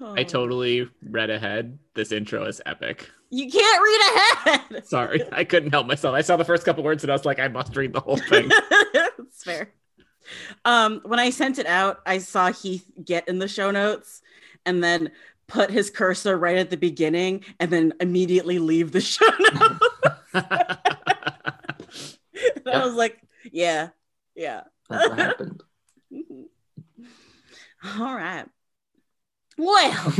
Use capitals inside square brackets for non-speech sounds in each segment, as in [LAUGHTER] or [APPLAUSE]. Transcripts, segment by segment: Oh, I totally read ahead. This intro is epic. [LAUGHS] You can't read ahead. [LAUGHS] Sorry, [LAUGHS] I couldn't help myself. I saw the first couple words and I was like, I must read the whole [LAUGHS] thing. [LAUGHS] That's fair. Um, when I sent it out, I saw Heath get in the show notes and then put his cursor right at the beginning and then immediately leave the [LAUGHS] show notes. And I was like, yeah, yeah. That's what happened. Mhm. [LAUGHS] All right. Well,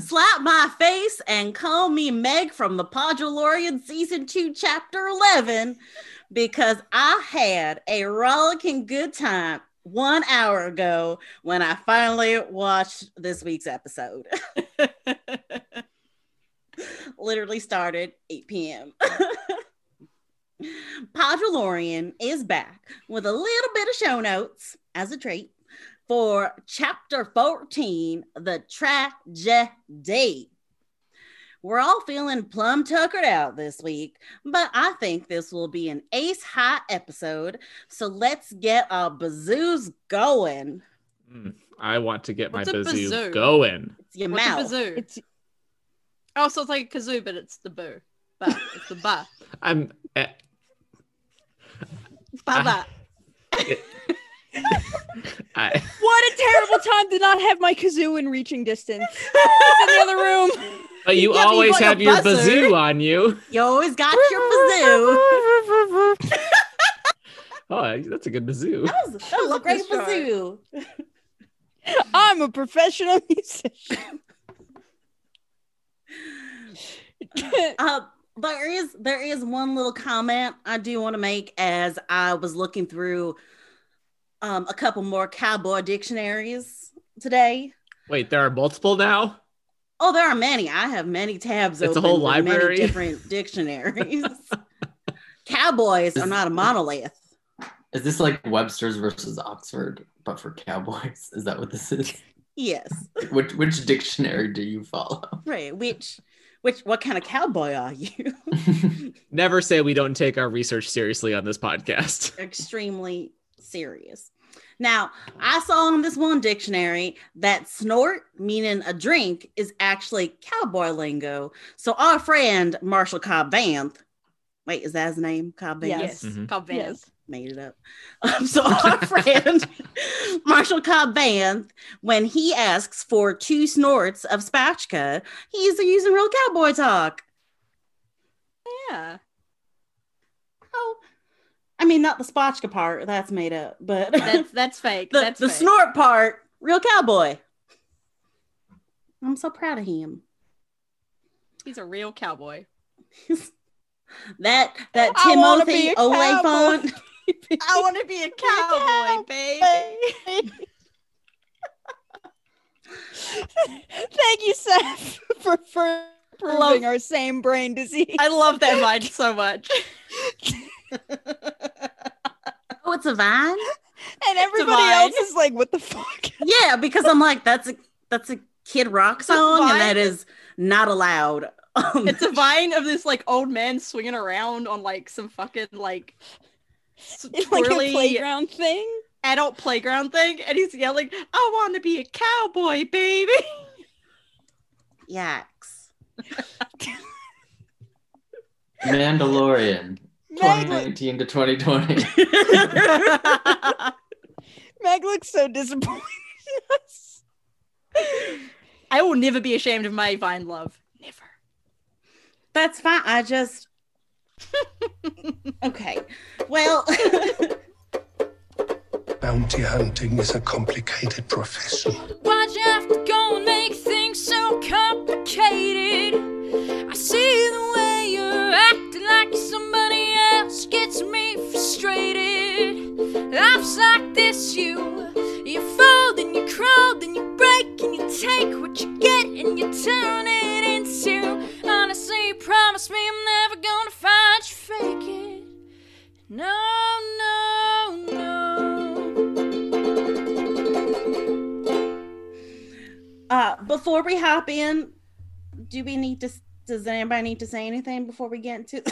slap my face and call me Meg from the Podulorian season two, chapter 11, because I had a rollicking good time one hour ago when I finally watched this week's episode. [LAUGHS] Literally started 8 [LAUGHS] p.m. Podulorian is back with a little bit of show notes as a treat for chapter 14 The Tragedy. We're all feeling plum tuckered out this week, but I think this will be an ace high episode. So let's get our bazoos going. Mm, I want to get What's my a bazoo, bazoo? going. It's your What's mouth. a bazoo? It's oh, so it's like a kazoo, but it's the boo. Ba. It's the ba. I'm eh, Ba [LAUGHS] ba. I, what a terrible time to not have my kazoo in reaching distance. It's in the other [LAUGHS] room. but you Yeah, but you always got your have your buzzer. bazoo on you. [LAUGHS] [LAUGHS] You always got [LAUGHS] your bazoo. Oh, that's a good bazoo. That was, that was a great bazoo. I'm a professional musician. uh, there is there is one little comment I do want to make as I was looking through um, a couple more cowboy dictionaries today. Wait, there are multiple now. Oh, there are many. I have many tabs. It's a open whole with many library. different [LAUGHS] dictionaries. Cowboys are not a monolith. Is this like Webster's versus Oxford, but for cowboys? Is that what this [LAUGHS] is? Yes, Which which dictionary do you [LAUGHS] follow? right. Which, which, what kind of cowboy are you? Never say we don't take our research seriously on this podcast. extremely serious. Now, I saw on this one dictionary that snort, meaning a drink, is actually cowboy lingo. So our friend Marshall Cobb Vanth, wait, is that his name? Cobb Vanth? Yes. Mhm. Cobb Vanth. yes. Made it up. Um, so [LAUGHS] our friend Marshall Cobb Vanth, when he asks for two snorts of spatchka, he's using real cowboy talk. Yeah. Oh, I mean, not the spotchka part. That's made up, but That's that's fake. the, that's the fake. snort part, real cowboy. I'm so proud of him. He's a real cowboy. That that I wanna be Timothy a Olayfon. I want to be a cowboy, baby. Thank you, Seth, for, for proving Love- our same brain disease. I love that line so much. [LAUGHS] Oh, it's a vine. and everybody Divine. else is like, what the fuck? [LAUGHS] Yeah, because I'm like, that's a that's a Kid Rock song, vine. and that is not allowed. Um, It's a vine of this like old man swinging around on like some fucking like s- [LAUGHS] It's like twirly a playground thing. adult playground thing, and he's yelling, "I want to be a cowboy, baby." [LAUGHS] [LAUGHS] yaks. Mandalorian, Meg, look- 2019 to [LAUGHS] 2020. I Meg looks so disappointed. in us. will never be ashamed of my vine love. Never. [LAUGHS] That's fine. I just [LAUGHS] okay. Well, Bounty hunting is a complicated profession. Why'd you have to go and make things so complicated? I see the way you're acting like somebody else gets me frustrated. Life's like this, you. You fold and you crawl, then you break and you take what you get and you turn it into. Honestly, you promise me I'm never gonna find you fake it. No, no, no. uh, before we hop in, do we need to? Does anybody need to [LAUGHS] say anything before we get into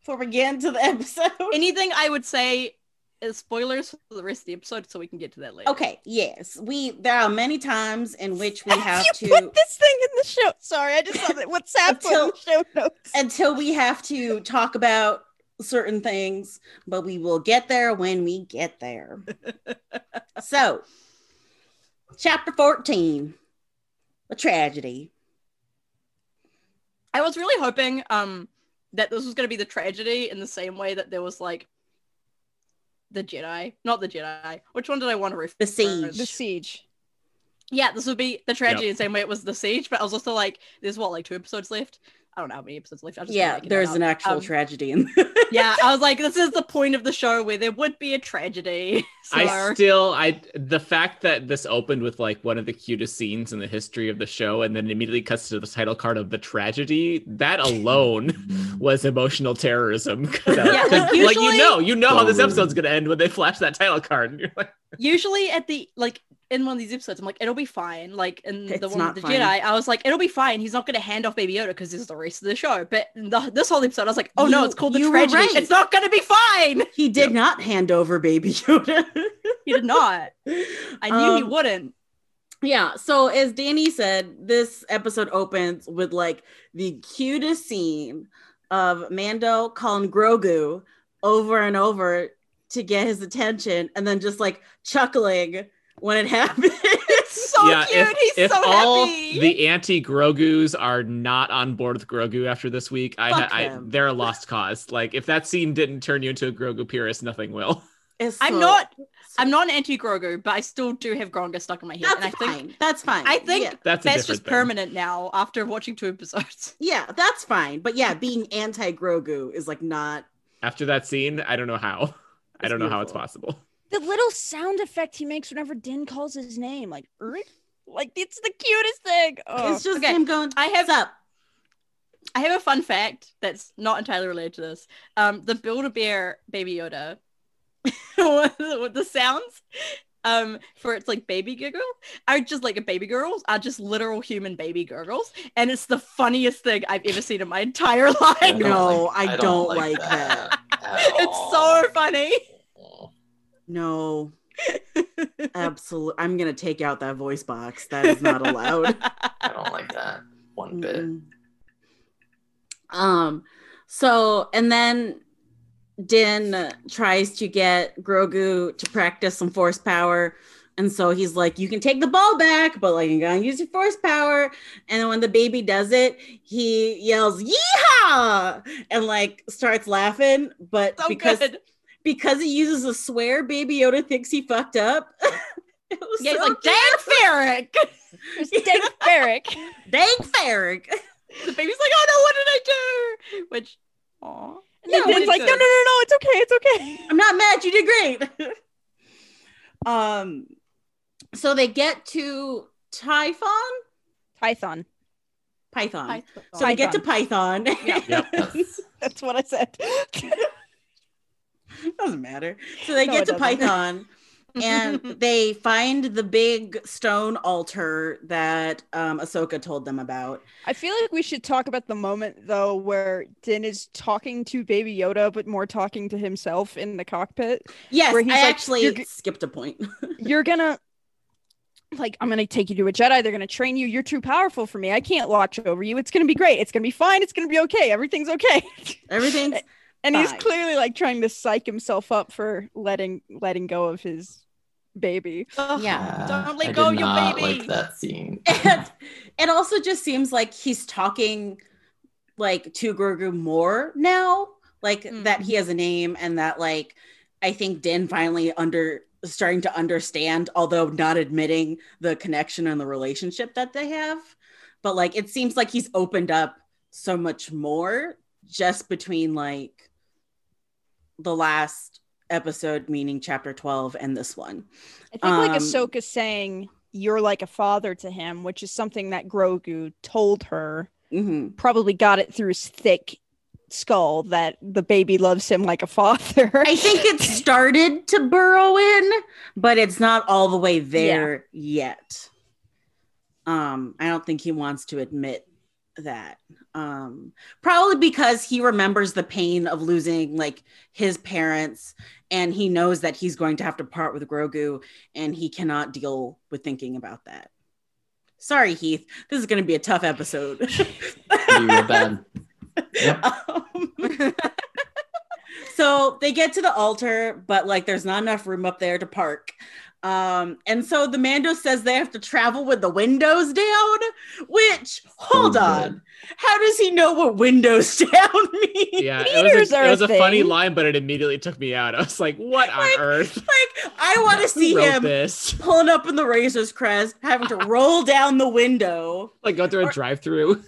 before we get into the episode? Anything I would say is spoilers for the rest of the episode, so we can get to that later. Okay, yes. We there are many times in which [LAUGHS] we have you to put this thing in the show. Sorry, I just saw that. What's happening in the show notes? until we have to talk about certain things, but we will get there when we get [LAUGHS] there. so, chapter 14 A Tragedy. I was really hoping um that this was going to be the tragedy in the same way that there was like the Jedi, not the Jedi. Which one did I want to refer? The Siege. the siege. Yeah, this would be the tragedy in the same way it was the siege. But I was also like, there's what like two episodes left. I don't know how many episodes left. I just Yeah, making it there's up. an actual Um, tragedy in yeah, I was like, this is the point of the show where there would be a tragedy. [LAUGHS] So I still I the fact that this opened with like one of the cutest scenes in the history of the show and then immediately cuts to the title card of the tragedy, [LAUGHS] that alone was emotional terrorism. [LAUGHS] 'Cause I- Yeah, 'cause, like, like, usually- you know, you know how this Totally. episode's gonna end when they flash that title card and you're like, usually at the like in one of these episodes, I'm like, it'll be fine. Like in the It's one not with the fine. Jedi, I was like, it'll be fine. He's not going to hand off Baby Yoda because this is the rest of the show. But in the, this whole episode, I was like, oh no, You- it's called the you were tragedy. right. It's not going to [LAUGHS] be fine. [LAUGHS] He did not hand over Baby Yoda. [LAUGHS] He did not. I knew he Um, wouldn't. Yeah. So as Danny said, this episode opens with like the cutest scene of Mando calling Grogu over and over to get his attention, and then just like chuckling when it [LAUGHS] happens. It's so yeah, cute. if, He's if so all happy. the anti Grogu's are not on board with Grogu after this week, I, Fuck I them. they're a lost cause. Like if that scene didn't turn you into a Grogu purist, nothing will. [LAUGHS] It's I'm so- not. I'm not an anti Grogu, but I still do have Gronga stuck in my head, That's and I think fine. that's fine. I think Yeah. That's a that's different just thing. permanent now after watching two episodes. [LAUGHS] Yeah, that's fine. But yeah, being anti Grogu is like not. After that scene, I don't know how. I It's don't know how it's beautiful. possible. The little sound effect he makes whenever Din calls his name, like "Erk?" like it's the cutest thing. Oh, it's just okay. him going. I have- "What's up. I have a fun fact that's not entirely related to this. Um, the Build a Bear Baby Yoda, [LAUGHS] what the sounds um, for its like baby giggle are just like a baby gurgles are just literal human baby gurgles, and it's the funniest thing I've ever seen in my entire [LAUGHS] life. don't No, I don't like at it's all. so funny. [LAUGHS] No. Absolutely. I'm going to take out that voice box. That is not [LAUGHS] allowed. I don't like that one bit. Mm-mm. Um, so and then Din tries to get Grogu to practice some force power. And so he's like, you can take the ball back, but like you gotta use your force power. And then when the baby does it, he yells, Yeehaw! And like starts laughing. But So because good. because he uses a swear, baby Yoda thinks he fucked up. [LAUGHS] it was Yeah, he's so like Dan Ferrick. it's [LAUGHS] Din Ferrick. dang [LAUGHS] Ferrick. The baby's like, oh no, what did I do? Which, aw. And then Yeah, Din's what like, is no, no, no, this? no, it's okay, it's okay. I'm not mad. You did great. [LAUGHS] um, so they get to Typhon, Python. Python. so So they get to Python. [LAUGHS] Yeah. Yep. That's- That's what I said. [LAUGHS] doesn't matter. So they No, get it to doesn't. [LAUGHS] Python, and they find the big stone altar that um, Ahsoka told them about. I feel like we should talk about the moment though where Din is talking to Baby Yoda, but more talking to himself in the cockpit. Yes, I Where he's like, actually "You're g- skipped a point. [LAUGHS] You're gonna like I'm gonna take you to a Jedi, they're gonna train you. You're too powerful for me. I can't watch over you. It's gonna be great. It's gonna be fine, it's gonna be okay, everything's okay. [LAUGHS] Everything's and he's Fine. clearly like trying to psych himself up for letting letting go of his baby. Yeah. Don't let Uh, I go of did your not baby. Like that scene. and it also just seems like he's talking like to Grogu more now, like Mm. that he has a name and that like I think Din finally under starting to understand, although not admitting the connection and the relationship that they have. But like it seems like he's opened up so much more just between like the last episode, meaning chapter 12, and this one. I think like Um, Ahsoka saying you're like a father to him, which is something that Grogu told her. hmm Probably got it through his thick skull that the baby loves him like a father. I think [LAUGHS] it started to burrow in, but it's not all the way there yet. Um, I don't think he wants to admit that um probably because he remembers the pain of losing like his parents and he knows that he's going to have to part with grogu and he cannot deal with thinking about that sorry heath this is going to be a tough episode You were bad. Yep. Um, [LAUGHS] so they get to the altar, but like there's not enough room up there to park. Um, and so the Mando says they have to travel with the windows down, which hold So good. on, how does he know what windows [LAUGHS] down mean? Yeah, it Meters was, a, are it a was a funny thing. line, but it immediately took me out. I was like, "What on Like, earth?" Like, I want [LAUGHS] to see Who wrote him this. [LAUGHS] pulling up in the Razor's Crest, having to roll down the window, Like go through Or- a drive-through.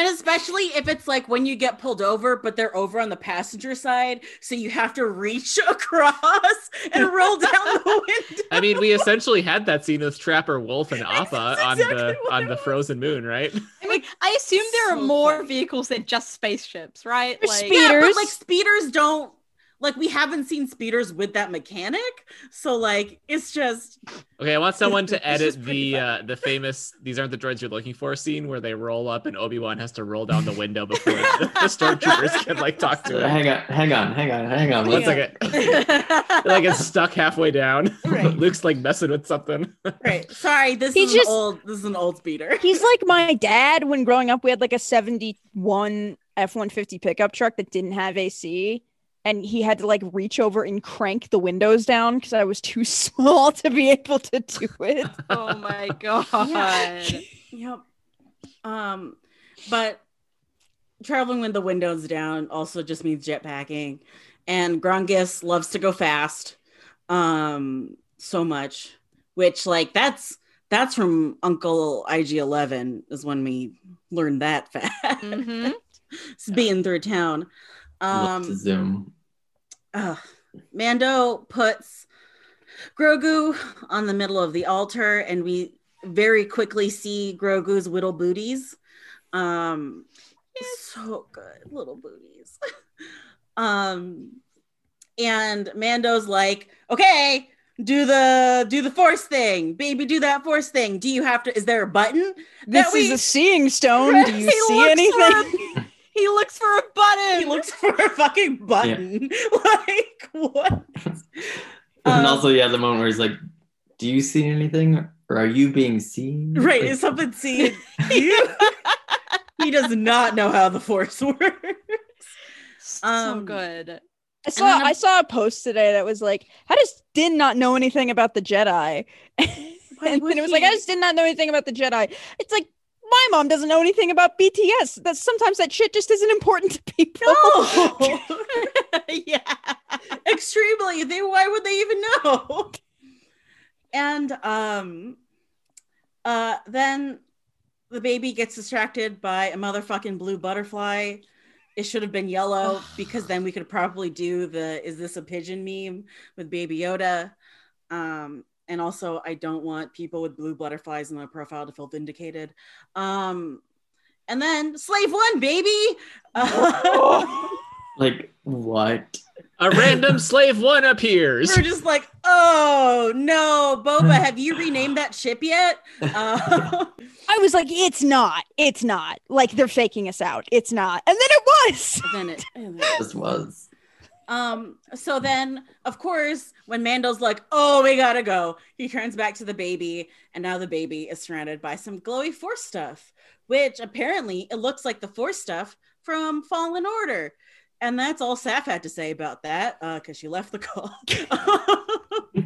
and especially if it's like when you get pulled over, but they're over on the passenger side, so you have to reach [LAUGHS] across and roll down the [LAUGHS] window. I mean, [LAUGHS] we essentially had that scene with Trapper Wolf and That's Appa on exactly the what on it the was. frozen moon, right? I mean, I assume there are so more funny. vehicles than just spaceships, right? There's Like, speed- Yeah, but speeders. like speeders don't like we haven't seen speeders with that mechanic. So like it's just [LAUGHS] Okay, I want someone to It's just edit pretty the uh, the famous "These aren't the droids you're looking for" scene where they roll up and Obi Wan has to roll down the window before the, [LAUGHS] the stormtroopers can like talk to [LAUGHS] him. Hang on, hang on, hang on, hang on. One Let's second, like it's stuck halfway down. [LAUGHS] Right. Luke's like messing with something. right. Sorry, this He is just- an old this is an old speeder. He's like my dad when growing up, we had like a 71 F 150 pickup truck that didn't have AC. And he had to like reach over and crank the windows down because I was too [LAUGHS] small to be able to do it. [LAUGHS] [LAUGHS] oh my god. Yep. Um but traveling with the windows down also just means jetpacking. And Grungus loves to go fast um so much. Which like that's that's from Uncle IG eleven is when we learned that [LAUGHS] fact. Mhm. It's being through town. to Um, Zoom. ugh. Mando puts Grogu on the middle of the altar, and we very quickly see Grogu's little booties. Um, so good, little booties. [LAUGHS] um, and Mando's like, okay. Do the do the force thing, baby. Do that force thing. Do you have to? Is there a button? This we- is a [LAUGHS] seeing stone. Do you He see looks anything? for a- [LAUGHS] he looks for a button. he looks for a fucking button. [LAUGHS] like what? Um, and also, yeah, the moment where he's like, "Do you see anything, or are you being seen?" Right, Like, is something [LAUGHS] seeing you? he does not know how the force works. so um, good. I saw then I'm- I saw a post today that was like, I just did not know anything about the Jedi. [LAUGHS] and would then it was like, I he? just did not know anything about the Jedi. It's like my mom doesn't know anything about BTS. That sometimes that shit just isn't important to people. [LAUGHS] No, [LAUGHS] [LAUGHS] yeah. extremely. They why would they even know? And um, uh, then the baby gets distracted by a motherfucking blue butterfly. It should have been yellow because then we could probably do the "Is this a pigeon?" meme with Baby Yoda. Um, and also, I don't want people with blue butterflies in their profile to feel vindicated. Um, and then Slave One, baby. [LAUGHS] Like what? A random slave one appears. [LAUGHS] We're just like, oh no, Boba, have you renamed that ship yet? Uh, I was like, it's not. It's not. Like they're faking us out. It's not. And then it was. [LAUGHS] then it, This was. [LAUGHS] um, so then of course, when Mando's like, oh, we gotta go, he turns back to the baby, and now the baby is surrounded by some glowy force stuff, which apparently it looks like the force stuff from Fallen Order. And that's all Saf had to say about that, because she left the call. [LAUGHS] I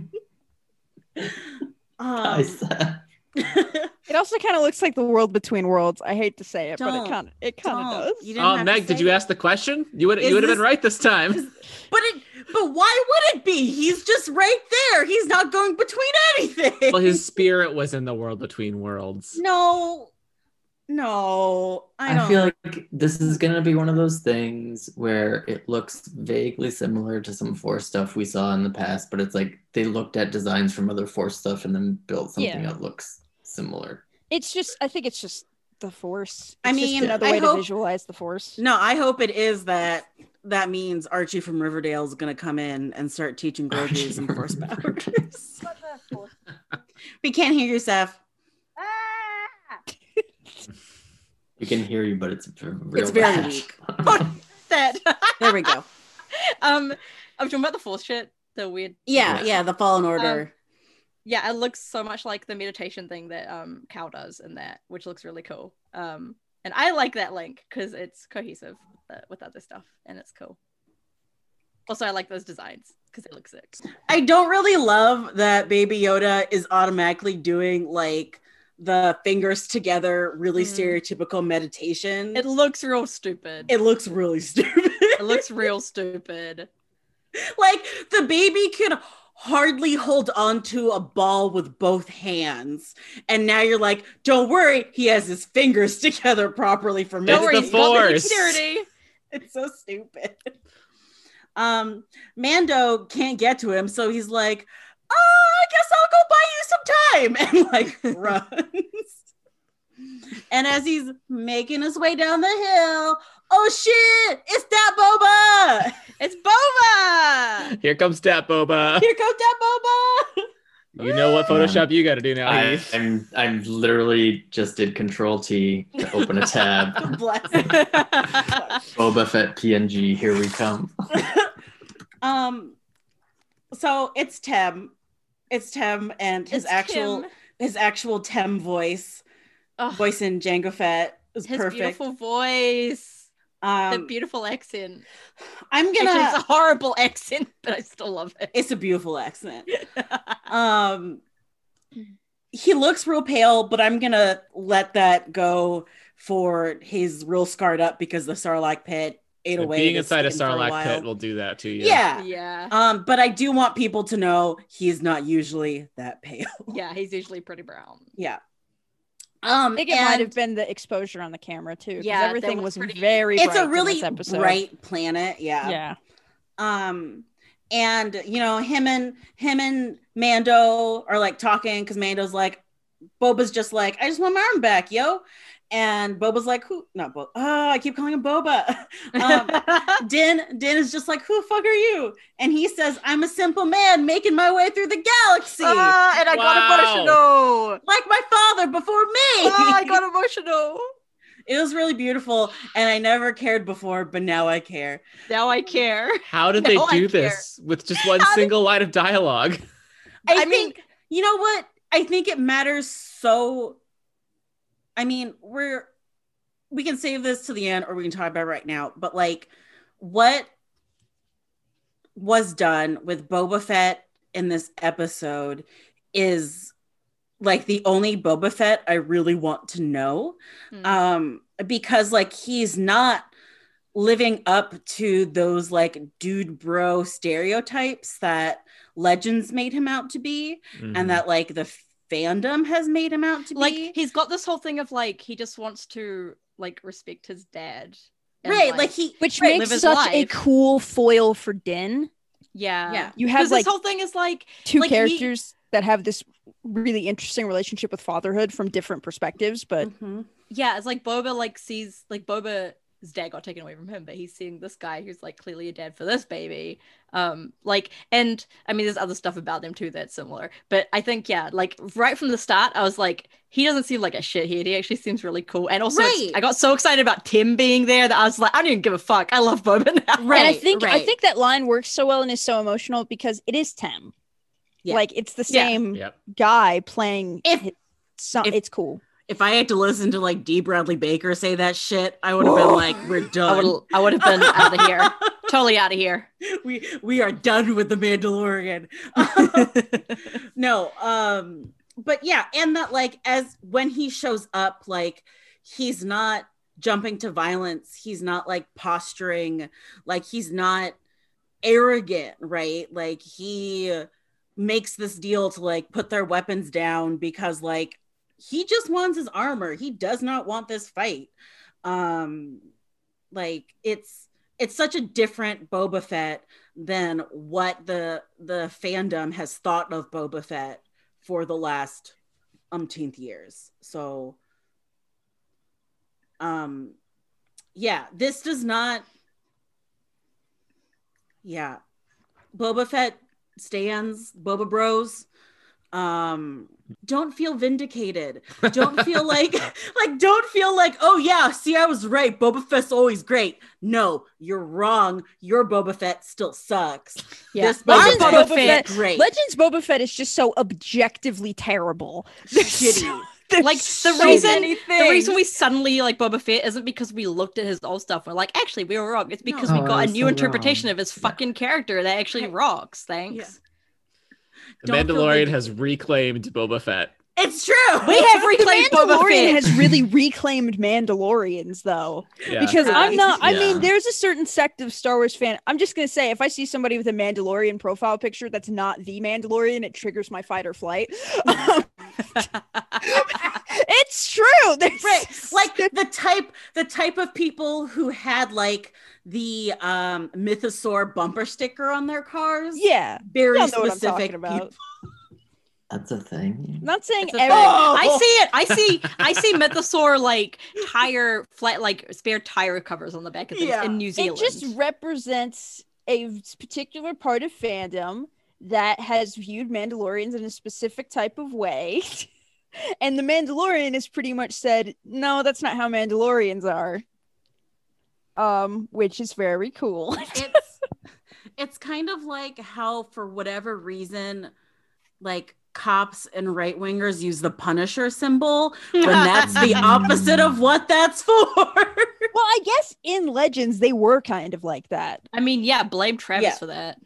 um, [LAUGHS] said. [LAUGHS] It also kind of looks like the world between worlds. I hate to say it, but Don't. it kind of it kind don't. of does. You didn't Oh, have to Meg, did say you that. ask the question? You would Is you would have this- been right this is- time. But it, but why would it be? He's just right there. He's not going between anything. Well, his spirit was in the world between worlds. [LAUGHS] no, no, I I, don't. feel like this is gonna be one of those things where it looks vaguely similar to some force stuff we saw in the past, but it's like they looked at designs from other force stuff and then built something that looks similar. It's just I think it's just the force. I It's just mean, another I way to hope- visualize the force. no, I hope it is that. That means Archie from Riverdale is going to come in and start teaching Archie Grogu some from force Riverdale. powers. [LAUGHS] we can't hear yourself. We can hear you, but it's v- real It's very bad. [LAUGHS] weak. That [LAUGHS] There we [LAUGHS] go. um, I'm talking about the fourth shit, the weird. Yeah, Yeah. yeah, the Fallen Order. Yeah, it looks so much like the meditation thing that um Cal does in that, which looks really cool. Um, and I like that link because it's cohesive with, the, with other stuff, and it's cool. Also, I like those designs because they look sick. I don't really love that Baby Yoda is automatically doing like the fingers together, really Mhm. stereotypical meditation. It looks real stupid. it looks really [LAUGHS] stupid. it looks real stupid. like the baby can hardly hold on to a ball with both hands and now you're like don't worry he has his fingers [LAUGHS] together properly for It's Don't worry, the it's got Force. [LAUGHS] dexterity. [LAUGHS] it's so stupid um mando can't get to him so he's like oh i guess i'll go buy you some [LAUGHS] time [LAUGHS] and like runs and as he's making his way down the hill oh shit it's that boba [LAUGHS] It's Boba. Here comes Tap Boba. here comes that boba You know what Photoshop you got to do now. I, Heath. I'm I'm literally just did Control T to open [LAUGHS] a tab. Bless. [LAUGHS] Boba Fett PNG. Here we come. um, so it's Tem, it's Tem, [LAUGHS] and his It's actual Kim. his actual Tem voice, Ugh. voice in Jango Fett is his perfect. beautiful voice, the um, beautiful accent. I'm Actually, gonna. it's a horrible [LAUGHS] accent, but I still love it. [LAUGHS] It's a beautiful accent. um, he looks real pale, but I'm gonna let that go for he's real scarred up because the Sarlacc pit ate away. Being his inside a skin for Sarlacc while. pit will do that to you. yeah. yeah, Um, but I do want people to know he's not usually that pale. [LAUGHS] yeah, he's usually pretty brown. yeah. Um, I think it might have been the exposure on the camera too. Yeah, Yeah, that everything was was, pretty- very. it's bright a in really this episode. bright planet. Yeah. Yeah, Um, and you know him and him and Mando are like talking because Mando's like, Boba's just like, I just want my arm back, yo. And Boba's like, who? Not Boba. Oh, I keep calling him Boba. [LAUGHS] um, oh, Din Din is just like, who the fuck are you? And he says, I'm a simple man making my way through the galaxy, Ah, and I Wow. got emotional. like my father before me. Ah, I got emotional. [LAUGHS] It was really beautiful, and I never cared before, but now I care. Now I care. How [LAUGHS] did No, they I do care. this with just one How did- single line of dialogue? I, I mean- think you know what? I think it matters so. I mean, we're we can save this to the end, or we can talk about it right now. But like, what was done with Boba Fett in this episode is like the only Boba Fett I really want to know. Mm. um because like he's not living up to those like dude bro stereotypes that legends made him out to be Mm-hmm. and that like the fandom has made him out to like be he's got this whole thing of like he just wants to like respect his dad. and, right like, he which Right, live makes his such a life. cool foil for Din. yeah, yeah You have Because like this whole thing is like two like, he- characters that have this really interesting relationship with fatherhood from different perspectives, but Mhm. yeah, it's like Boba like sees like Boba's dad got taken away from him, but he's seeing this guy who's like clearly a dad for this baby. Um, like, and I mean, there's other stuff about them too that's similar, but I think yeah, like right from the start, I was like, he doesn't seem like a shithead. He actually seems really cool, and also it's- Right. I got so excited about Tim being there that I was like, I don't even give a fuck. I love Boba now. Right, and I think I right. think that line works so well and is so emotional because it is Tem. Yeah. Like it's the Yeah. same Yep. guy playing. If- hi- some, if- it's cool. if i had to listen to like d bradley baker say that shit i would have been like we're I done would I would have been out of [LAUGHS] [LAUGHS] here, totally out of here. we we are done with the mandalorian no um but yeah and that like as when he shows up like he's not jumping to violence he's not like posturing like he's not arrogant right like he makes this deal to like put their weapons down because like he just wants his armor he does not want this fight um like it's it's such a different boba fett than what the the fandom has thought of Boba Fett for the last umpteenth years. So um yeah, this does not yeah. Boba Fett stands, Boba Bros. um don't feel vindicated don't feel like [LAUGHS] like don't feel like oh yeah see i was right boba fett's always great no you're wrong your boba fett still sucks [LAUGHS] Yeah. this boba, Legends boba, Boba fett Fett- great Legends Boba Fett is just so objectively terrible. [LAUGHS] They're shitty there's Like, the so reason- many The reason things. we suddenly like Boba Fett isn't because we looked at his old stuff. We're like, actually, we were wrong. It's because No. we Oh, got a that's new so interpretation wrong. of his Yeah. fucking character that actually Yeah. rocks. Thanks. Yeah. [LAUGHS] The Don't feel Mandalorian vindic- has reclaimed Boba Fett. it's [LAUGHS] true We have The reclaimed Boba Mandalorian Fett. has really reclaimed Mandalorians though. Yeah. Because I'm Right. not I Yeah. mean, there's a certain sect of Star Wars fan. I'm just gonna say if I see somebody with a Mandalorian profile picture that's not the Mandalorian, it triggers my fight [LAUGHS] or flight. Um, it's true. There's [LAUGHS] right [LAUGHS] like the type the type of people who had like the um mythosaur bumper sticker on their cars yeah. very Y'all know what I'm specific talking about. people. That's a thing. I'm not saying It's a every thing. Oh! I see it. I [LAUGHS] see. I see Mythosaur like tire flat, like spare tire covers on the back of things Yeah. in New Zealand. it just represents a particular part of fandom that has viewed Mandalorians in a specific type of way. [LAUGHS] and the Mandalorian has pretty much said, no, that's not how Mandalorians are. Um, which is very cool. [LAUGHS] it's [LAUGHS] it's kind of like how for whatever reason like cops and right wingers use the punisher symbol when that's [LAUGHS] the opposite of what that's for well, I guess in Legends they were kind of like that. I mean, yeah, blame Travis Yeah. for that.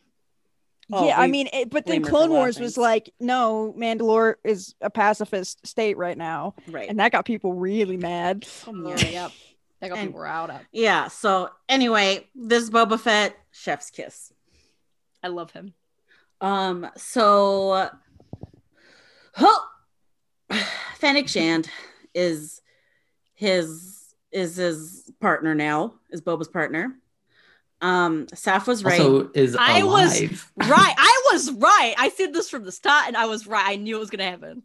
Oh, yeah, I we mean, it, but then blame her for Clone Wars laughing. was like, no, Mandalore is a pacifist state right now, right and that got people really mad. Oh Yeah, [LAUGHS] yep. That got And- people riled up. yeah so anyway this boba fett chef's kiss I love him. Um, so oh, [SIGHS] Fennec Shand is his is his partner now, is Boba's partner. Um, Saf was right. Also, is I was- alive. Right. I was right. I said this from the start, and I was right. I knew it was gonna happen.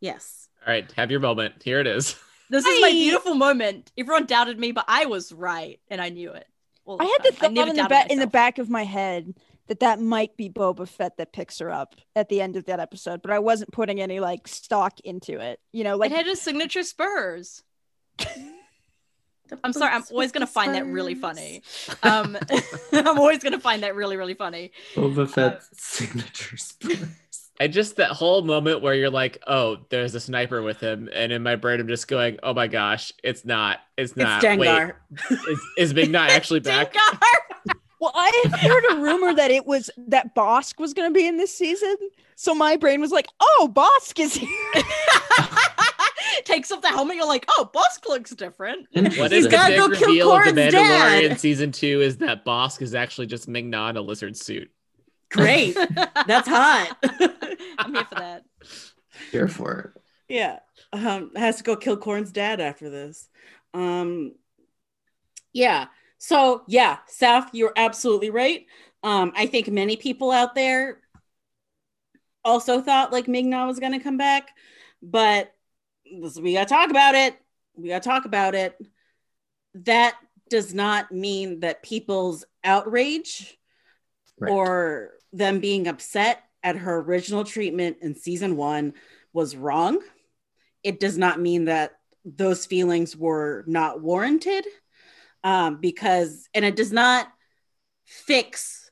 yes. All right, have your moment. Here it is. This is my I- beautiful moment. Everyone doubted me, but I was right, and I knew it. all I had the time. thought never in the doubted back in the myself. back of my head that that might be Boba Fett that picks her up at the end of that episode, but I wasn't putting any like stock into it. You know, like it had his signature spurs. I'm sorry. I'm always gonna find that really funny. Um, [LAUGHS] I'm always gonna find that really, really funny. [LAUGHS] Boba Fett's signature spurs. And just that whole moment where you're like, oh, there's a sniper with him. And in my brain, I'm just going, oh my gosh, it's not. It's It's not. Dengar. Wait, is, is [LAUGHS] Big Nine actually back? Dengar! well, I had heard a rumor that it was that Bosk was gonna be in this season. So my brain was like, oh, Bosk is here. Takes off the helmet. You're like, oh, Bosk looks different. What [LAUGHS] Interesting. is the gotta big go kill reveal of the Corrin's Mandalorian dad. season two is that Bosk is actually just Ming-Na in a lizard suit. Great. That's hot. [LAUGHS] I'm here for that. Here for it. yeah. Um has to go kill Corn's dad after this. Um yeah. So yeah, Saf, you're absolutely right. Um, I think many people out there also thought like Mignon was gonna come back, but this, we gotta talk about it. We gotta talk about it. That does not mean that people's outrage Right. or them being upset at her original treatment in season one was wrong. It does not mean that those feelings were not warranted um, because, and it does not fix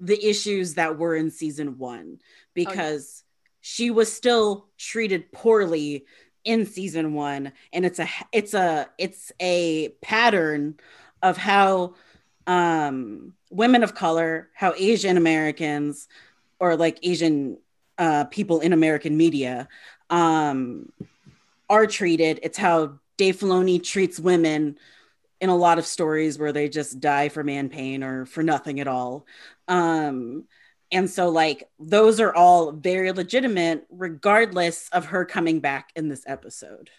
the issues that were in season one because she was still treated poorly in season one and it's a it's a it's a pattern of how um women of color how asian americans or like asian uh people in american media um are treated it's how dave filoni treats women in a lot of stories where they just die for man pain or for nothing at all um and so like those are all very legitimate regardless of her coming back in this episode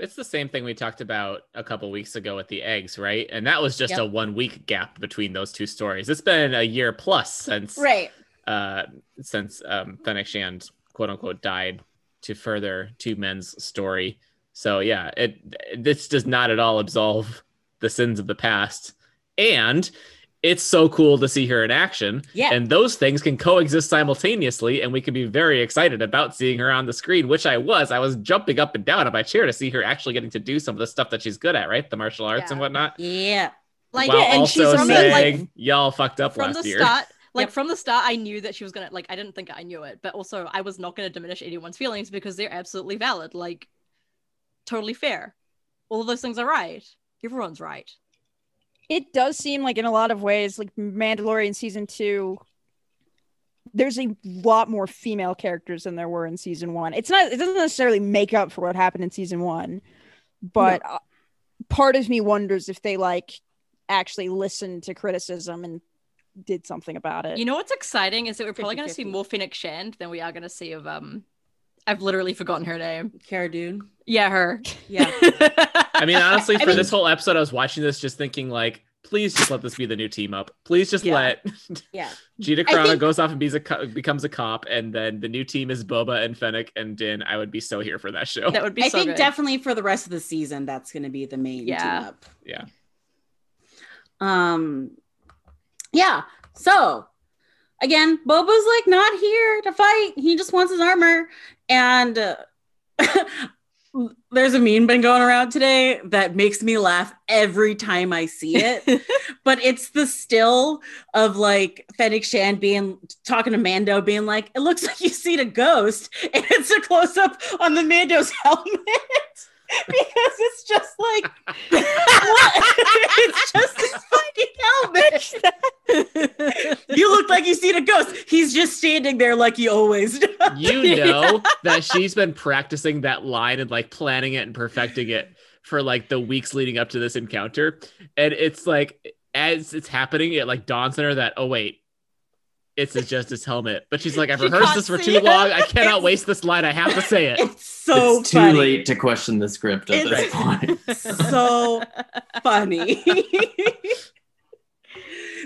It's the same thing we talked about a couple weeks ago with the eggs, right? And that was just Yep. a one week gap between those two stories. It's been a year plus since right uh, since um, Fennec Shand, quote unquote, died to further two men's story. So yeah, it this does not at all absolve the sins of the past, and it's so cool to see her in action. Yeah. And those things can coexist simultaneously, and we can be very excited about seeing her on the screen, which I was. I was jumping up and down on my chair to see her actually getting to do some of the stuff that she's good at, right? The martial arts and Yeah. whatnot. Yeah. Like while yeah, and she's also from the, like- saying, y'all fucked up from last the year. [LAUGHS] start, like Yep. from the start, I knew that she was gonna like. I didn't think I knew it, but also I was not gonna diminish anyone's feelings because they're absolutely valid. Like, totally fair. All of those things are right. Everyone's right. it does seem like in a lot of ways like mandalorian season two there's a lot more female characters than there were in season one it's not it doesn't necessarily make up for what happened in season one but uh, part of me wonders if they like actually listened to criticism and did something about it You know what's exciting is that we're probably gonna see 50-50. more Phoenix Shand than we are gonna see of um. I've literally forgotten her name. Cara Dune. Yeah, her. [LAUGHS] Yeah. [LAUGHS] I mean, honestly, I for mean- this whole episode, I was watching this just thinking, like, please just let this be the new team up. Please just Yeah. [LAUGHS] let Yeah. Gina I Carano think- goes off and bees a co- becomes a cop, and then the new team is Boba and Fennec and Din. I would be so here for that show. that would be. I so think good. definitely for the rest of the season, that's going to be the main Yeah. team up. Yeah. Um, yeah. So again, Boba's like not here to fight. He just wants his armor. And uh, [LAUGHS] there's a meme been going around today that makes me laugh every time I see it. but it's the still of like Fennec Shan being talking to Mando, being like, "It looks like you seen a ghost," and it's a close up on the Mando's [LAUGHS] helmet [LAUGHS] because it's just like what? it's just his fucking helmet. [LAUGHS] you look like you seen a ghost. He's just standing there like he always [LAUGHS] does. [LAUGHS] you know that she's been practicing that line and like planning it and perfecting it for like the weeks leading up to this encounter. And it's like as it's happening, it like dawns on her that, oh wait, it's just his helmet. But she's like, I've She rehearsed can't this for see too it. long. I cannot It's- waste this line. I have to say [LAUGHS] it. It's so it's too funny. late to question the script at It's- this point. so funny. [LAUGHS]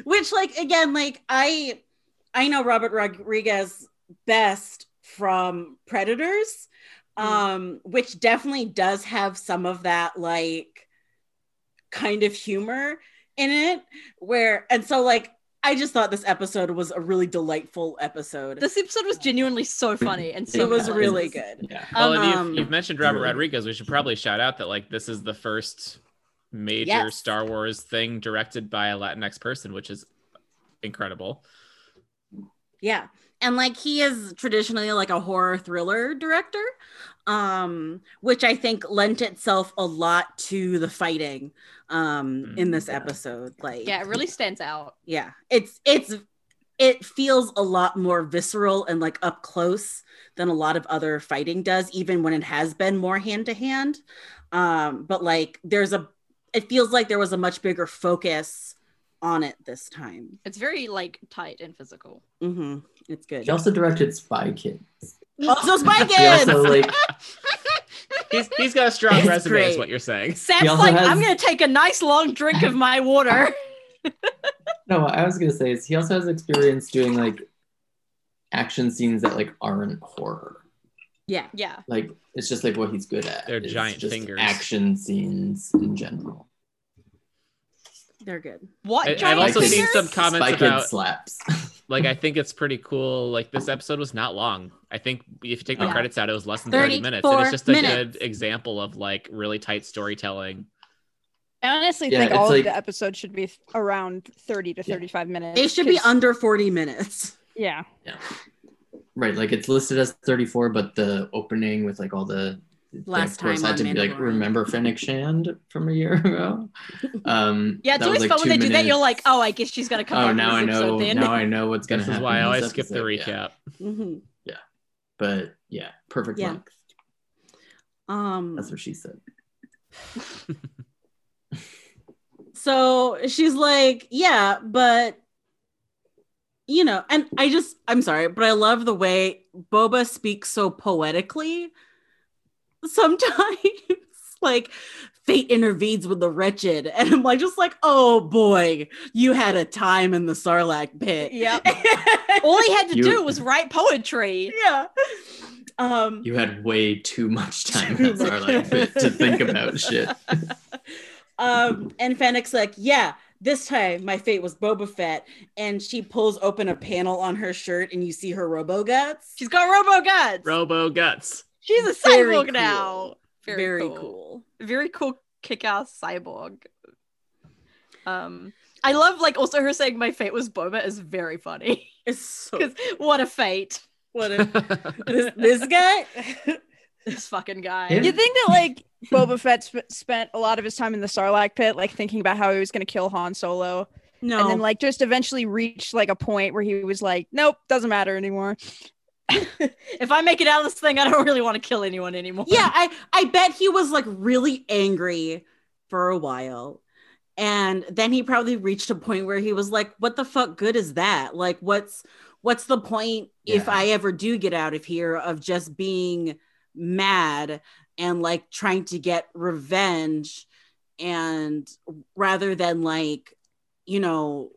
Which, like, again, like I, I know Robert Rodriguez best from Predators, Mm. um, which definitely does have some of that like kind of humor in it. Where and so like I just thought this episode was a really delightful episode. this episode was genuinely so funny and so it was good. really good. yeah. Well, Um, and you've, um, you've mentioned Robert Really? Rodriguez. We should probably shout out that like this is the first major Yes. Star Wars thing directed by a Latinx person, which is incredible. Yeah. And like he is traditionally like a horror thriller director, um, which I think lent itself a lot to the fighting um in this episode. Like yeah, it really stands out. yeah. It's it's it feels a lot more visceral and like up close than a lot of other fighting does, even when it has been more hand to hand. Um, but like there's a it feels like there was a much bigger focus on it this time. It's very like tight and physical. hmm It's good. He also directed Spy Kids. Also, Spy He [LAUGHS] Kids! also like He's, he's got a strong It's resume, is great. what you're saying. Sam's He also like, has- I'm gonna take a nice long drink of my water. no, what I was gonna say is he also has experience doing like action scenes that like aren't horror. yeah. [LAUGHS] yeah, Like it's just like what he's good at. They're It's giant just fingers. Action scenes in general. They're good. what? I- I've giant also fingers? seen some fingers? comments Spy about Kids slaps. [LAUGHS] like I think it's pretty cool. Like this episode was not long. I think if you take the Yeah. credits out, it was less than 30 minutes. And 34 it's just a minutes. good example of like really tight storytelling. i honestly Yeah, think it's all like- of the episodes should be around 30 to Yeah. 35 minutes They should be 'cause- under 40 minutes. yeah yeah. Right, like it's listed as 34, but the opening with like all the they, Last of course, time had to on be like Mandalorian. remember Fennec Shand from a year [LAUGHS] ago. Um, [LAUGHS] Yeah, it's that was, always fun when two they do that. You're like, minutes. oh, I guess she's gonna come oh, back now I in this know. episode then. [LAUGHS] Now I know what's gonna This is happen. why I in always this skip the episode. Yeah. recap. Mm-hmm. Mhm. But yeah, perfect Yeah. length. Um, That's what she said. so she's like, yeah, but you know, and I just, I'm sorry, but I love the way Boba speaks so poetically sometimes. [LAUGHS] like, fate intervenes with the wretched. And I'm like, just like, oh boy, you had a time in the sarlacc pit. Yeah. All he had to You- do was write poetry. [LAUGHS] yeah. Um, You had way [LAUGHS] too much time Too in our much. [LAUGHS] life to think about shit. um, and Fennec's like, yeah, This time, my fate was Boba Fett, and she pulls open a panel on her shirt, and you see her robo guts. She's got robo guts. Robo [LAUGHS] guts. She's a Very cyborg cool. now. Very, cool. cool. Very cool kick-ass cyborg. Um, I love like also her saying my fate was Boba is very funny [LAUGHS] It's so because what a [LAUGHS] fate [LAUGHS] what a, this, this guy. this fucking guy. Yeah. You think that like Boba Fett sp- spent a lot of his time in the Sarlacc pit, like thinking about how he was going to kill Han Solo, no, and then like just eventually reached like a point where he was like, "Nope, doesn't matter anymore." [LAUGHS] if I make it out of this thing, I don't really want to kill anyone anymore. yeah i i bet he was like really angry for a while and then he probably reached a point where he was like what the fuck good is that like what's what's the point if Yeah. i ever do get out of here of just being mad and like trying to get revenge and rather than like you know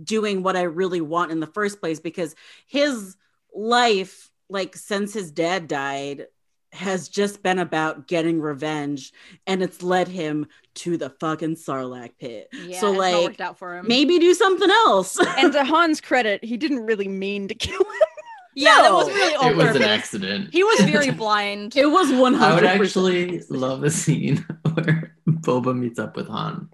doing what i really want in the first place because his life like since his dad died has just been about getting revenge and it's led him to the fucking sarlacc pit Yeah, so it's not like worked out for him. maybe do something else [LAUGHS] And [LAUGHS] to Han's credit, he didn't really mean to kill him. [LAUGHS] yeah, that No. was really on It was an purpose. accident. [LAUGHS] He was very blind. [LAUGHS] it was 100% I would actually love a scene [LAUGHS] where Boba meets up with Han,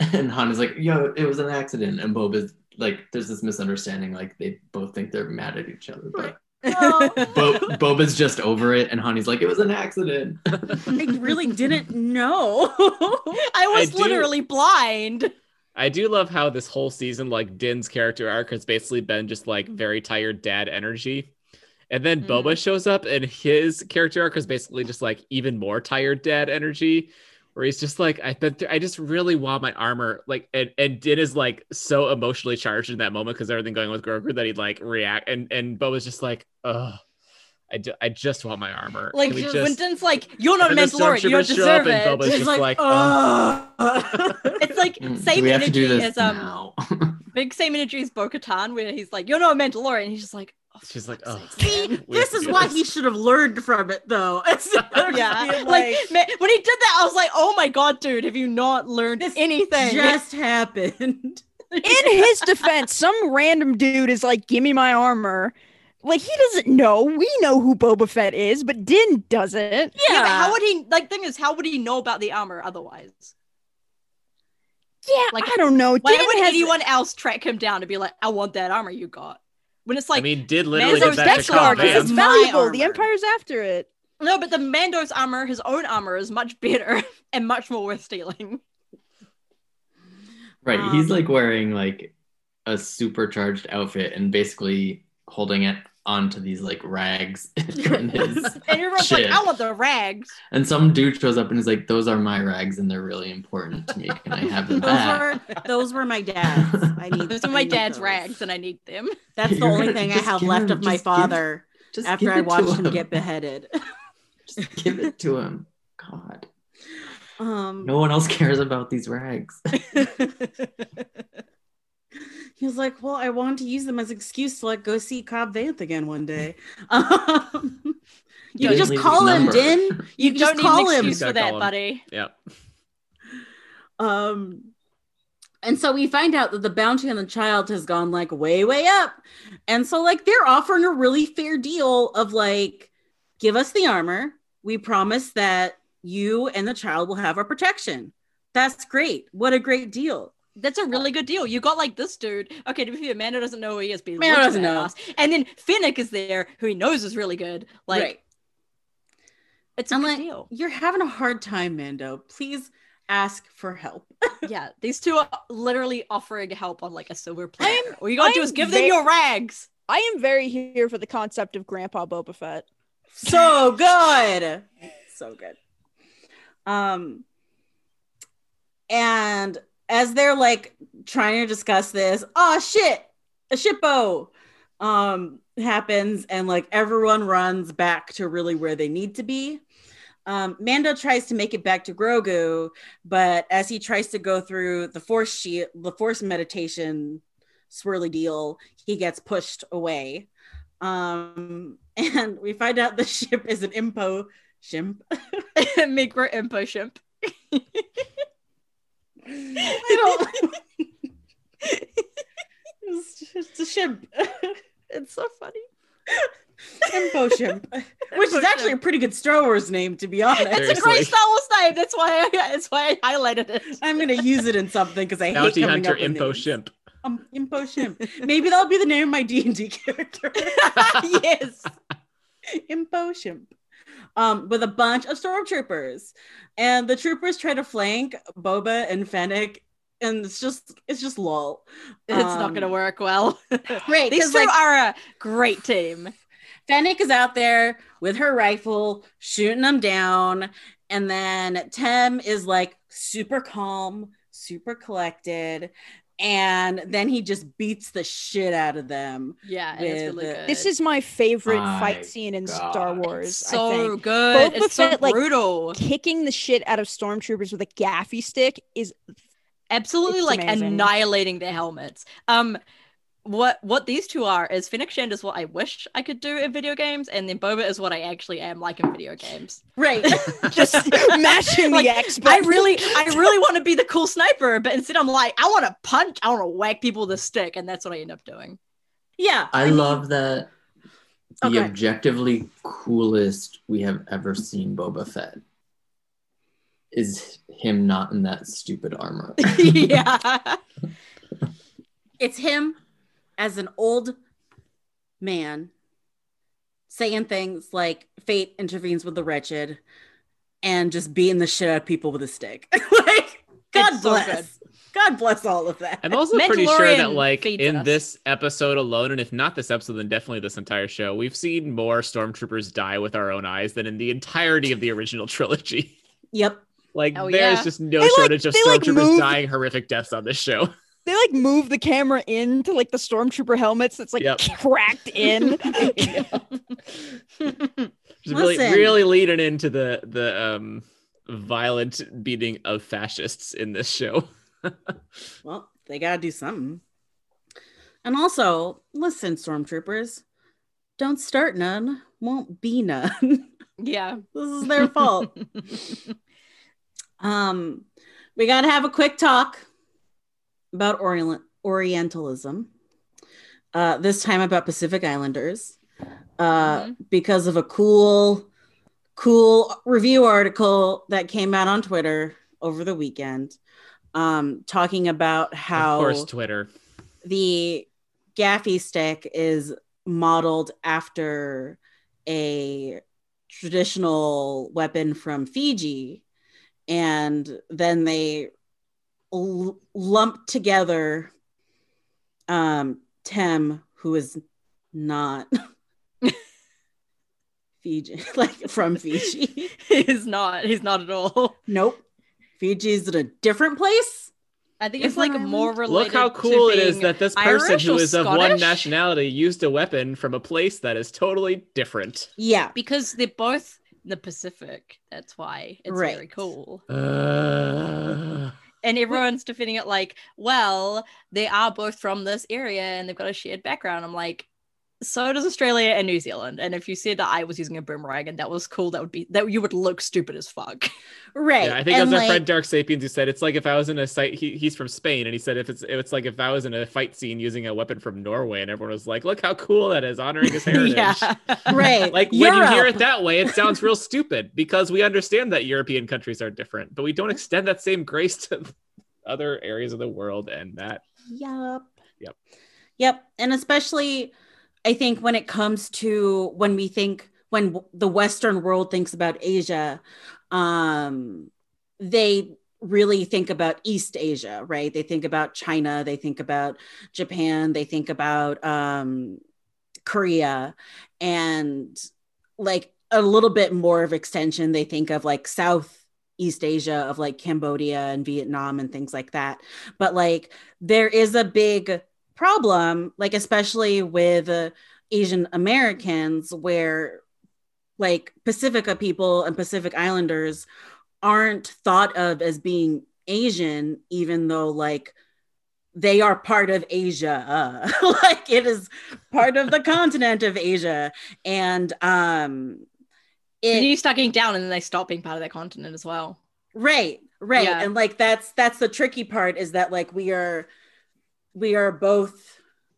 and Han is like, "Yo, it was an accident," and Boba's like, "There's this misunderstanding. Like they both think they're mad at each other, but [LAUGHS] Bo- Boba's just over it, and Hani's like, it was an accident." i really didn't know I I was do- literally blind. I do love how this whole season, like Din's character arc, has basically been just like Mm-hmm. very tired dad energy. And then Boba shows up, and his character arc is basically just like even more tired dad energy, where he's just like, I've been through, I just really want my armor. Like, and, and Din is like so emotionally charged in that moment because everything going with Grogu that he'd like react. And, and Boba's just like, ugh, I, ju- I just want my armor. Like Can we just, just- Winton's like, you're not a And the Mandalorian. You don't stormtroopers show up deserve and it. Boba's just It's like, like, Ugh. it's like Mm, same we have to energy do this as um now. [LAUGHS] big same energy as Bo-Katan, where he's like, you're not a Mandalorian. He's just like, oh, [LAUGHS] [LAUGHS] She's like, fuck's oh. sake, man." [LAUGHS] See, We this have to is do why this. he should have learned from it, though. [LAUGHS] Instead of Yeah, being like man, when he did that, I was like, "Oh my god, dude, have you not learned This anything?" just [LAUGHS] happened. In his defense, some random dude is like, "Give me my armor." Like he doesn't know. We know who Boba Fett is, but Din doesn't. yeah, but how would he? Like, thing is, how would he know about the armor otherwise? Yeah, like Like, I don't know. Why Din would has anyone else track him down and be like, "I want that armor you got"? When it's I like, mean, Din Mando's literally did that That's to Death Star, Cobb hard Command. because it's Vanth. My valuable. The armor. Empire's after it. no, but the Mando's armor, his own armor, is much better [LAUGHS] and much more worth stealing. [LAUGHS] Right, Um, he's like wearing like a supercharged outfit and basically holding it onto these like rags. [LAUGHS] in [LAUGHS] his- And everyone's Shit. like, "I want the rags." [LAUGHS] and some dude shows up and is like, "Those are my rags, and they're really important to me. Can I have them Those back?" were those were my dad's. [LAUGHS] I need Those are I my need dad's those. rags, and I need them. That's the You're only gonna thing I just have give left him- of my just give him- father Just after give I it to watched him him. get [LAUGHS] beheaded. Just give it to him. God, Um, no one else cares about these [LAUGHS] rags. he was like, "Well, I wanted to use them as an excuse to like go see Cobb Vanth again one day." [LAUGHS] Um, [LAUGHS] you Don't can just leave call his him number. Din. [LAUGHS] You, can just Don't need call an him. excuse for Gotta that, call him. buddy. Yeah. Um, and so we find out that the bounty on the child has gone like way, way up. And so, like, they're offering a really fair deal of like, give us the armor. We promise that you and the child will have our protection. That's great. What a great deal. That's a really good deal. You got like this dude. Okay, to be fair, Mando doesn't know who he is, but he Mando looks doesn't know. badass. And then Finnick is there, who he knows is really good. Like right. it's a I'm good like, deal. you're having a hard time, Mando. Please ask for help. yeah, these two are literally offering help on like a silver platter. am- All you gotta I do am is give ve- them your rags. I am very here for the concept of Grandpa Boba Fett. so good so good um and as they're like trying to discuss this oh shit a shippo um happens and like everyone runs back to really where they need to be um, Mando tries to make it back to Grogu, but as he tries to go through the force she- the force meditation swirly deal, he gets pushed away. Um, [LAUGHS] and we find out the ship is an impo [LAUGHS] shimp. [LAUGHS] Make for impo shimp. I don't. Shimp It's so funny. Info [LAUGHS] Shimp, which is Info actually a pretty good Star Wars name, to be honest. It's a Seriously. great Star Wars name. That's why I, that's why I highlighted it. I'm gonna use it in something because I Bounty hate coming Hunter up with Info names. Shimp. Um, Info Shimp. Maybe that'll be the name of my D and D [LAUGHS] character. yes. Impo Shimp. Um, with a bunch of stormtroopers. And the troopers try to flank Boba and Fennec. And it's just it's just lol. It's not going to Um, work [LAUGHS] well. Great. [LAUGHS] These Because two like are a great team. Fennec is out there with her rifle, shooting them down. And then Tem is like super calm, super collected. And then he just beats the shit out of them. Yeah, and it's really good. This is my favorite My fight scene in Star God. Wars. I so think. good. Boba it's so Fett, like- brutal. Kicking the shit out of stormtroopers with a gaffy stick [LAUGHS] is Absolutely It's like amazing. annihilating their helmets. Um what what these two are is Fennec Shand is what I wish I could do in video games, and then Boba is what I actually am like in video games. Right. just mashing Like, the X. I [LAUGHS] button. really I really want to be the cool sniper, but instead I'm like, I want to punch, I want to whack people with a stick, and that's what I end up doing. [LAUGHS] yeah. I, mean, love that the Okay. objectively coolest we have ever seen Boba Fett is him not in that stupid [LAUGHS] armor. yeah. it's him as an old man saying things like fate intervenes with the wretched and just beating the shit out of people with a stick [LAUGHS] like god It's so bless god bless all of that I'm also pretty sure that Mandalorian like feeds in us. this episode alone, and if not this episode, then definitely this entire show, we've seen more stormtroopers die with our own eyes than in the entirety of the original trilogy. [LAUGHS] yep Like Oh, there's yeah. just no They, like- shortage of they, like, stormtroopers move- dying horrific deaths on this show. [LAUGHS] they like move the camera into like the stormtrooper helmets that's like Yep. cracked [LAUGHS] in. Just really, Listen. really leading into the the um violent beating of fascists in this show. [LAUGHS] well they gotta do something and also listen stormtroopers don't start none won't be none [LAUGHS] Yeah. this is their fault [LAUGHS] Um, we got to have a quick talk about Orient- Orientalism. Uh, this time about Pacific Islanders, uh, Mhm. because of a cool, cool review article that came out on Twitter over the weekend, um, talking about how Of course, Twitter. the gaffy stick is modeled after a traditional weapon from Fiji. And then they l- lumped together um, Tem, who is not [LAUGHS] Fiji, [LAUGHS] like from Fiji. he's not. He's not at all. Nope. Fiji's in a different place. I think Is it's like that more related. Look how to cool it is being- that this Irish person who or is of one Scottish? nationality used a weapon from a place that is totally different. Yeah. because they're both in the Pacific. That's why it's Right. very cool. Uh, And everyone's defending it like, well, they are both from this area and they've got a shared background. I'm like, so does Australia and New Zealand. And if you said that I was using a boomerang and that was cool, that would be that you would look stupid as fuck. Right. yeah, I think And, that's our like- friend Dark Sapiens who said it's like if I was in a site. He, he's from Spain, and he said if it's it's like if I was in a fight scene using a weapon from Norway, and everyone was like, "Look how cool that is, honoring [LAUGHS] his heritage." yeah. Right. [LAUGHS] Like when you hear Europe. it that way, it sounds [LAUGHS] real stupid because we understand that European countries are different, but we don't extend that same grace to other areas of the world. And that Yep. Yep. Yep. And especially, I think when it comes to when we think when w- the Western world thinks about Asia, um, they really think about East Asia, right? They think about China, they think about Japan, they think about um, Korea, and like a little bit more of extension, they think of like South East Asia of like Cambodia and Vietnam and things like that. But like there is a big problem, like especially with uh, Asian Americans, where like Pacifica people and Pacific Islanders aren't thought of as being Asian, even though like they are part of Asia. [LAUGHS] like it is part of the continent of Asia. And um and you start getting down and then they stop being part of that continent as well. right right Yeah. and like that's that's the tricky part is that like we are we are both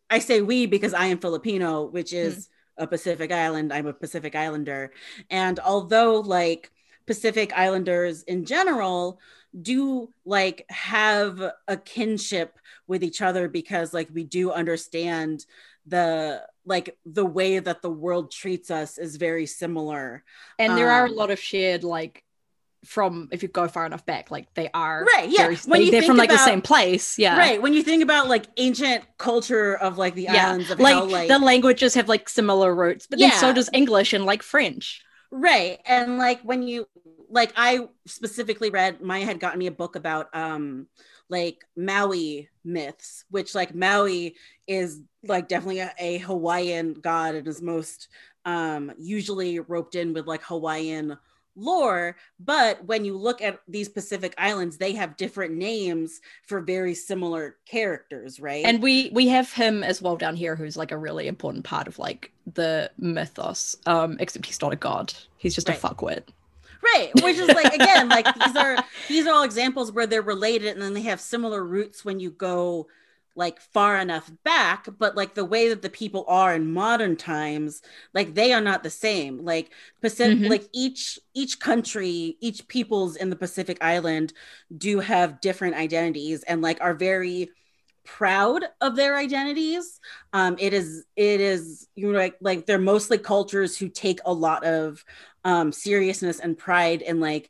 I say we because I am Filipino, which is a Pacific island. I'm a Pacific Islander. And although, like, Pacific Islanders in general do like have a kinship with each other because, like, we do understand the like the way that the world treats us is very similar and there are a Um, lot of shared like from if you go far enough back like they are Right, yeah. very- When they, you are think from like the about- same place yeah right when you think about like ancient culture of like the Yeah, islands of like, how, like the languages have like similar roots but then so Yeah. does english and like french right and like when you like i specifically read maya had gotten me a book about um like maui myths which like maui is like definitely a, a hawaiian god and is most um usually roped in with like hawaiian lore but when you look at these pacific islands they have different names for very similar characters right and we we have him as well down here who's like a really important part of like the mythos um except he's not a god he's just Right. a fuckwit right which is like again like these are these are all examples where they're related and then they have similar roots when you go like far enough back but like the way that the people are in modern times like they are not the same like pacific Mhm. like each each country each peoples in the pacific island do have different identities and like are very proud of their identities um it is it is you know like, like they're mostly cultures who take a lot of um seriousness and pride in like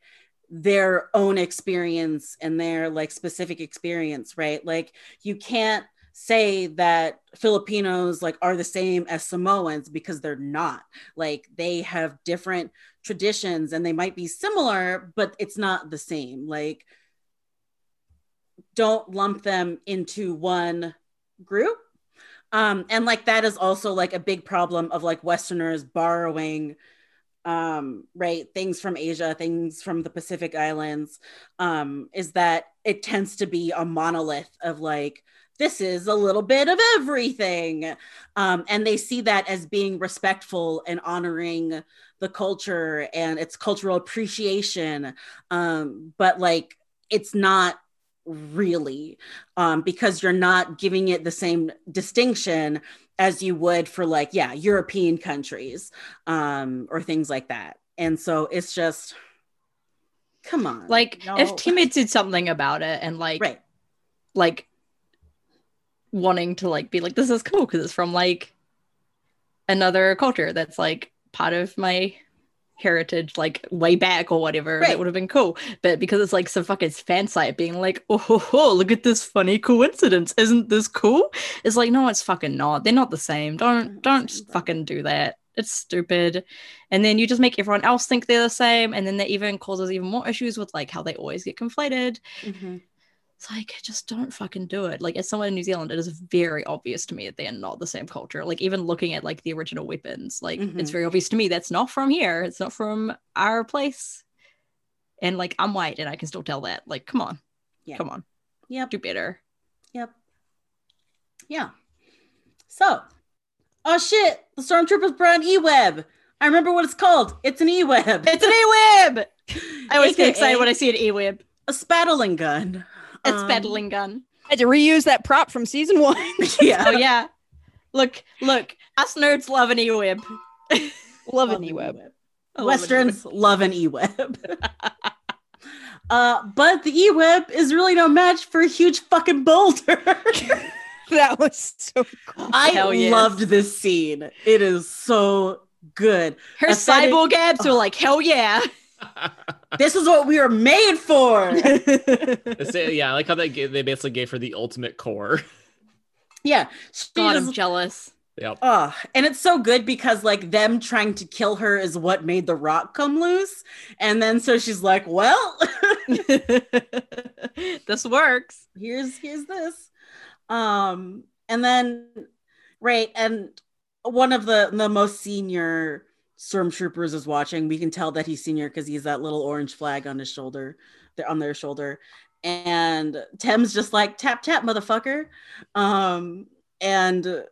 their own experience and their like specific experience right like you can't say that filipinos like are the same as samoans because they're not like they have different traditions and they might be similar but it's not the same like don't lump them into one group um and like that is also like a big problem of like westerners borrowing um right things from asia things from the pacific islands um is that it tends to be a monolith of like this is a little bit of everything um and they see that as being respectful and honoring the culture and its cultural appreciation um but like it's not really um because you're not giving it the same distinction as you would for like yeah european countries um or things like that and so it's just come on [LAUGHS] like if y'all. timid did something about it and like right like wanting to like be like this is cool because it's from like another culture that's like part of my heritage like way back or whatever Right. that would have been cool but because it's like some fucking fan site being like oh ho, ho, look at this funny coincidence isn't this cool it's like no it's fucking not they're not the same don't don't just fucking do that it's stupid and then you just make everyone else think they're the same and then that even causes even more issues with like how they always get conflated Mhm. it's like just don't fucking do it like as someone in new zealand it is very obvious to me that they are not the same culture like even looking at like the original weapons like it's Mhm. very obvious to me that's not from here it's not from our place and like i'm white and i can still tell that like come on Yeah. come on Yep. do better Yep. Yeah. So, oh shit, the stormtroopers brought an e-web. I remember what it's called. It's an e-web. it's an e-web [LAUGHS] i always get AKA, excited when i see an e-web a spattling gun. it's Um, [LAUGHS] battling gun had to reuse that prop from season one. [LAUGHS] Yeah. oh yeah look look us nerds love an e-web Love Love an e-web. I love an Westerns love an e-web. [LAUGHS] uh, but the e-web is really no match for a huge fucking [LAUGHS] boulder. That was so cool. I Hell yes. loved this scene. It is so good. her Aesthetic- cyborg abs were like hell yeah This is what we are made [LAUGHS] for. It's- uh, yeah, I like how they gave, they basically gave her the ultimate core. [LAUGHS] yeah. She god is i'm jealous Yep. Oh, and it's so good because like them trying to kill her is what made the rock come loose. And then so she's like, well, [LAUGHS] this works. here's here's this. Um and then right and one of the the most senior stormtroopers is watching. We can tell that he's senior cuz he's that little orange flag on his shoulder, there on their shoulder. And Tem's just like tap tap motherfucker. Um and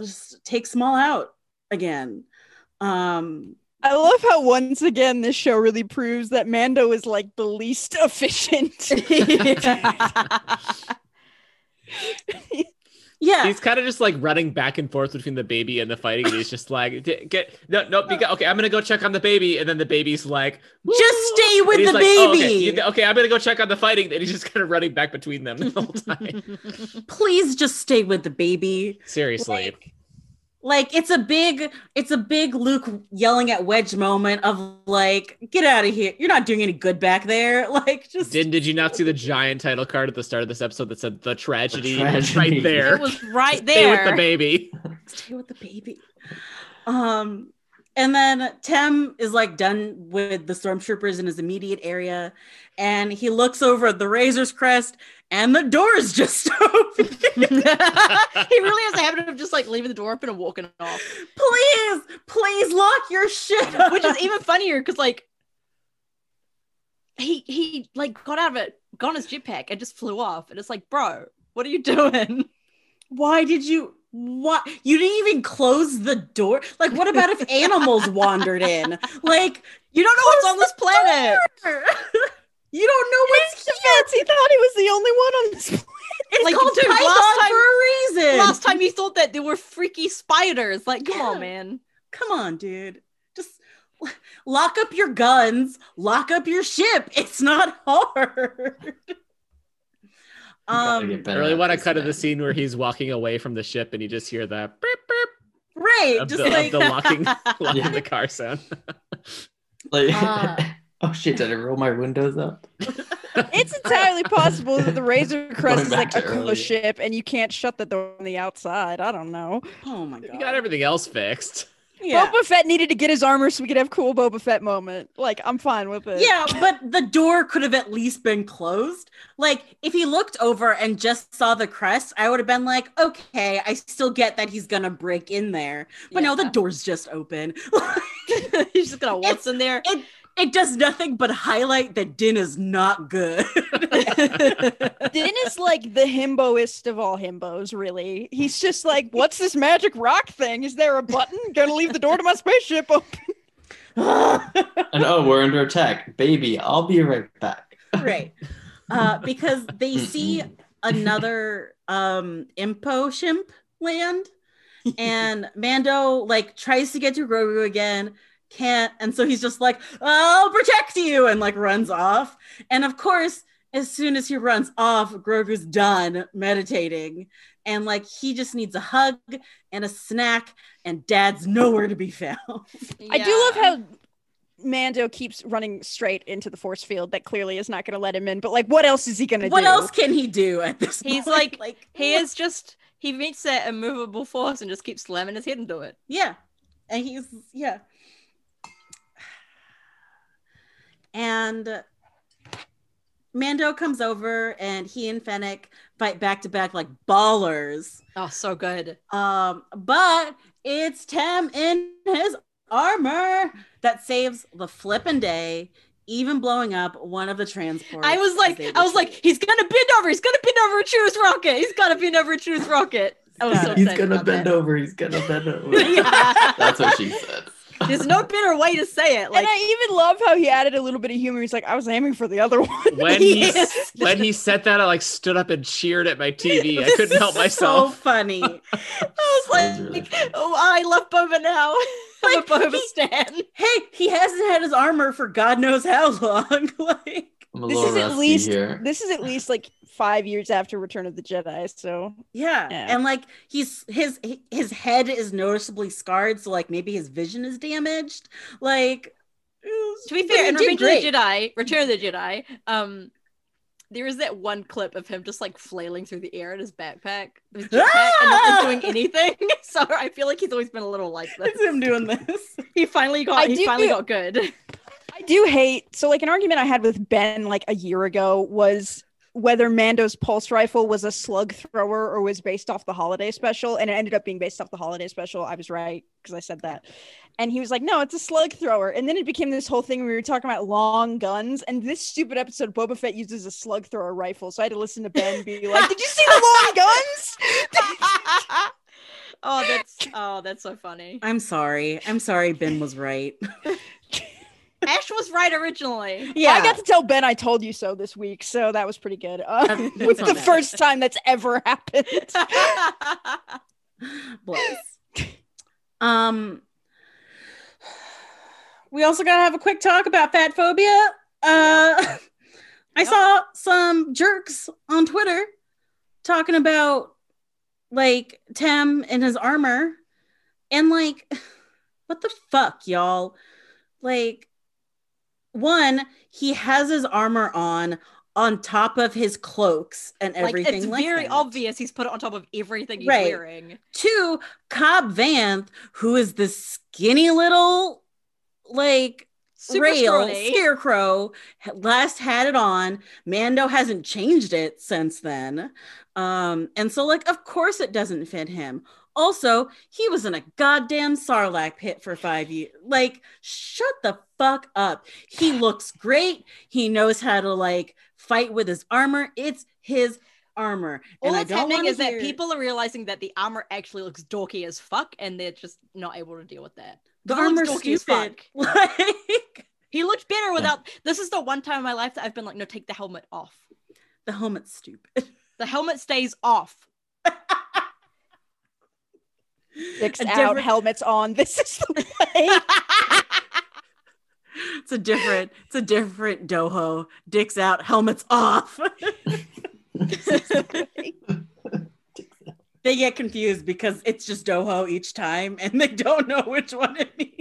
just take small out again. Um I love how once again this show really proves that Mando is like the least [LAUGHS] [LAUGHS] efficient. yeah. Yeah. He's kind of just like running back and forth between the baby and the fighting. And he's just like, "D- get no, no, be, okay, I'm gonna go check on the baby, and then the baby's like, Just stay with And he's the like, "Oh, okay, baby. you- okay, I'm gonna go check on the fighting, and he's just kind of running back between them [LAUGHS] the whole time. Please just stay with the baby. Seriously, Like it's a big, it's a big Luke yelling at Wedge moment of like, get out of here. You're not doing any good back there. [LAUGHS] Like just did did you not see the giant title card at the start of this episode that said the tragedy, is tragedy. right there? It was right Stay with the [LAUGHS] there. baby. stay with the baby. Um, and then Tem is like done with the stormtroopers in his immediate area, and he looks over at the Razor's Crest, and the door is just [LAUGHS] [LAUGHS] open. [LAUGHS] he really has a habit of just like leaving the door open and walking off, please, please lock your shit [LAUGHS] up. which is even funnier because like he he like got out of it, got on his jetpack, and just flew off. And it's like, bro, what are you doing? why did you? What you didn't even close the door? Like, what about if [LAUGHS] animals wandered in? Like, You don't know [LAUGHS] what's on this planet. [LAUGHS] you don't know what's Defense, he thought he was the only one on this. planet. it's Like, called dude, Python last time- for a reason. Last time you thought that there were freaky spiders. Like, come Yeah. on, man. come on, dude. Just [LAUGHS] l- lock up your guns, lock up your ship. It's not hard. You gotta um, get I better really at want to this, cut to man. the scene where he's walking away from the ship, and you just hear the beep, beep right, of, just the, like of [LAUGHS] the locking, locking Yeah. the car [LAUGHS] sound. Like, Ah. [LAUGHS] oh shit! Did I roll my windows [LAUGHS] up? It's entirely possible that the Razor Crest Going is back like a to close earlier. ship, and you can't shut the door on the outside. I don't know. oh my You got god, everything [LAUGHS] else fixed. yeah, Boba Fett needed to get his armor so we could have cool Boba Fett moment. Like I'm fine with it. yeah. But the door could have at least been closed. Like if he looked over and just saw the crest, I would have been like, okay, I still get that he's gonna break in there. But no, the door's just open. [LAUGHS] [LAUGHS] He's just gonna waltz in there. it does nothing but highlight that Din is not good. Din is like the himboist of all himbos, really. He's just like, what's this magic rock thing? Is there a button? Gonna leave the door to my spaceship open. And oh, we're under attack, baby. I'll be right back. right uh because they see Mm-mm. another um impo shimp land and mando like tries to get to grogu again can't and so he's just like i'll protect you and like runs off and of course as soon as he runs off grogu's done meditating and like he just needs a hug and a snack and dad's nowhere to be found I do love how Mando keeps running straight into the force field that clearly is not gonna let him in. But like, what else is he gonna what do? else can he do at this He's point? [LAUGHS] like, like he is just he meets that immovable force and just keeps slamming his head into it. Yeah. And he's, yeah. And Mando comes over and he and Fennec fight back to back like ballers. Oh, so good. Um, but it's Tem in his armor that saves the flippin' day, even blowing up one of the transports. I was like, as they I was like, retreat. he's gonna bend over. He's gonna bend over and choose rocket. He's gonna bend over and choose rocket. I was so He's excited gonna about bend that. over. He's gonna bend [LAUGHS] over. [LAUGHS] Yeah. That's what she said. There's no better way to say it. Like, [LAUGHS] and I even love how he added a little bit of humor. He's like, I was aiming for the other [LAUGHS] one. When he Yes. when he said that, I like stood up and cheered [LAUGHS] at my TV. I This couldn't is help So myself. funny. I was That was like, really oh, I love Boba now. [LAUGHS] I'm Like, a Boba he- stan. [LAUGHS] hey, he hasn't had his armor for God knows how long. [LAUGHS] like, I'm a This little is at rusty least- here. This is at least like five years after Return of the Jedi, so Yeah. Yeah. And like he's his his head is noticeably scarred, so like maybe his vision is damaged. Like [LAUGHS] to be but fair, he in did Revenge great. of the Jedi, Return of the Jedi, um, there is that one clip of him just like flailing through the air in his backpack, his jetpack, and Ah! not doing anything. [LAUGHS] So I feel like he's always been a little like It's this. him doing this. He finally got. I he do- finally got good. I do hate so like an argument I had with Ben like a year ago was whether Mando's pulse rifle was a slug thrower or was based off the holiday special and it ended up being based off the holiday special. I was right because I said that. And he was like, "No, it's a slug thrower." And then it became this whole thing where we were talking about long guns and this stupid episode Boba Fett uses a slug thrower rifle. So I had to listen to Ben be like, "Did you see the long guns?" [LAUGHS] oh, that's oh, that's so funny. [LAUGHS] I'm sorry. I'm sorry Ben was right. Ash was right originally. Yeah. [LAUGHS] I got to tell Ben I told you so this week, so that was pretty good. Uh, That- it's that's the not bad. first time that's ever [LAUGHS] happened. [LAUGHS] Bless. um, we also gotta have a quick talk about fat phobia. Uh, [LAUGHS] I Yep. saw some jerks on Twitter talking about like Tim in his armor, and like, [LAUGHS] what the fuck, y'all? Like, one, he has his armor on on top of his cloaks and like everything. it's like very that. obvious he's put it on top of everything he's Right. wearing. Two, Cobb Vanth, who is this skinny little like Super rail scrawny. scarecrow, ha- last had it on. Mando hasn't changed it since then. Um, and so like of course it doesn't fit him. Also, he was in a goddamn sarlacc pit for five years. Like, shut the fuck up. [SIGHS] He looks great. He knows how to like fight with his armor. It's his armor. All I that's don't happening wanna is that hear- people are realizing that the armor actually looks dorky as fuck, and they're just not able to deal with that. the It looks armor's dorky as stupid. fuck. [LAUGHS] Like He looked better without. This is the one time in my life that I've been like, no, take the helmet off. the helmet's stupid. The helmet stays off. Dicks A out, different- helmets on. This is the way. [LAUGHS] It's a different. It's a different doho. Dicks out, helmets off. [LAUGHS] they get confused because it's just doho each time, and they don't know which one it means.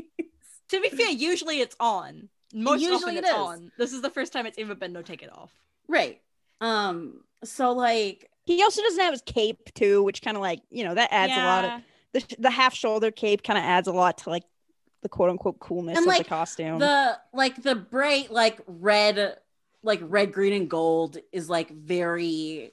To be fair, usually it's on. Most often usually it's it is. on. This is the first time it's ever been no take it off. Right. Um. So like, he also doesn't have his cape too, which kind of like you know that adds a lot of the, the half shoulder cape kind of adds a lot to like the quote unquote coolness And, of like, the costume. the like the bright like red like red green and gold is like [LAUGHS] very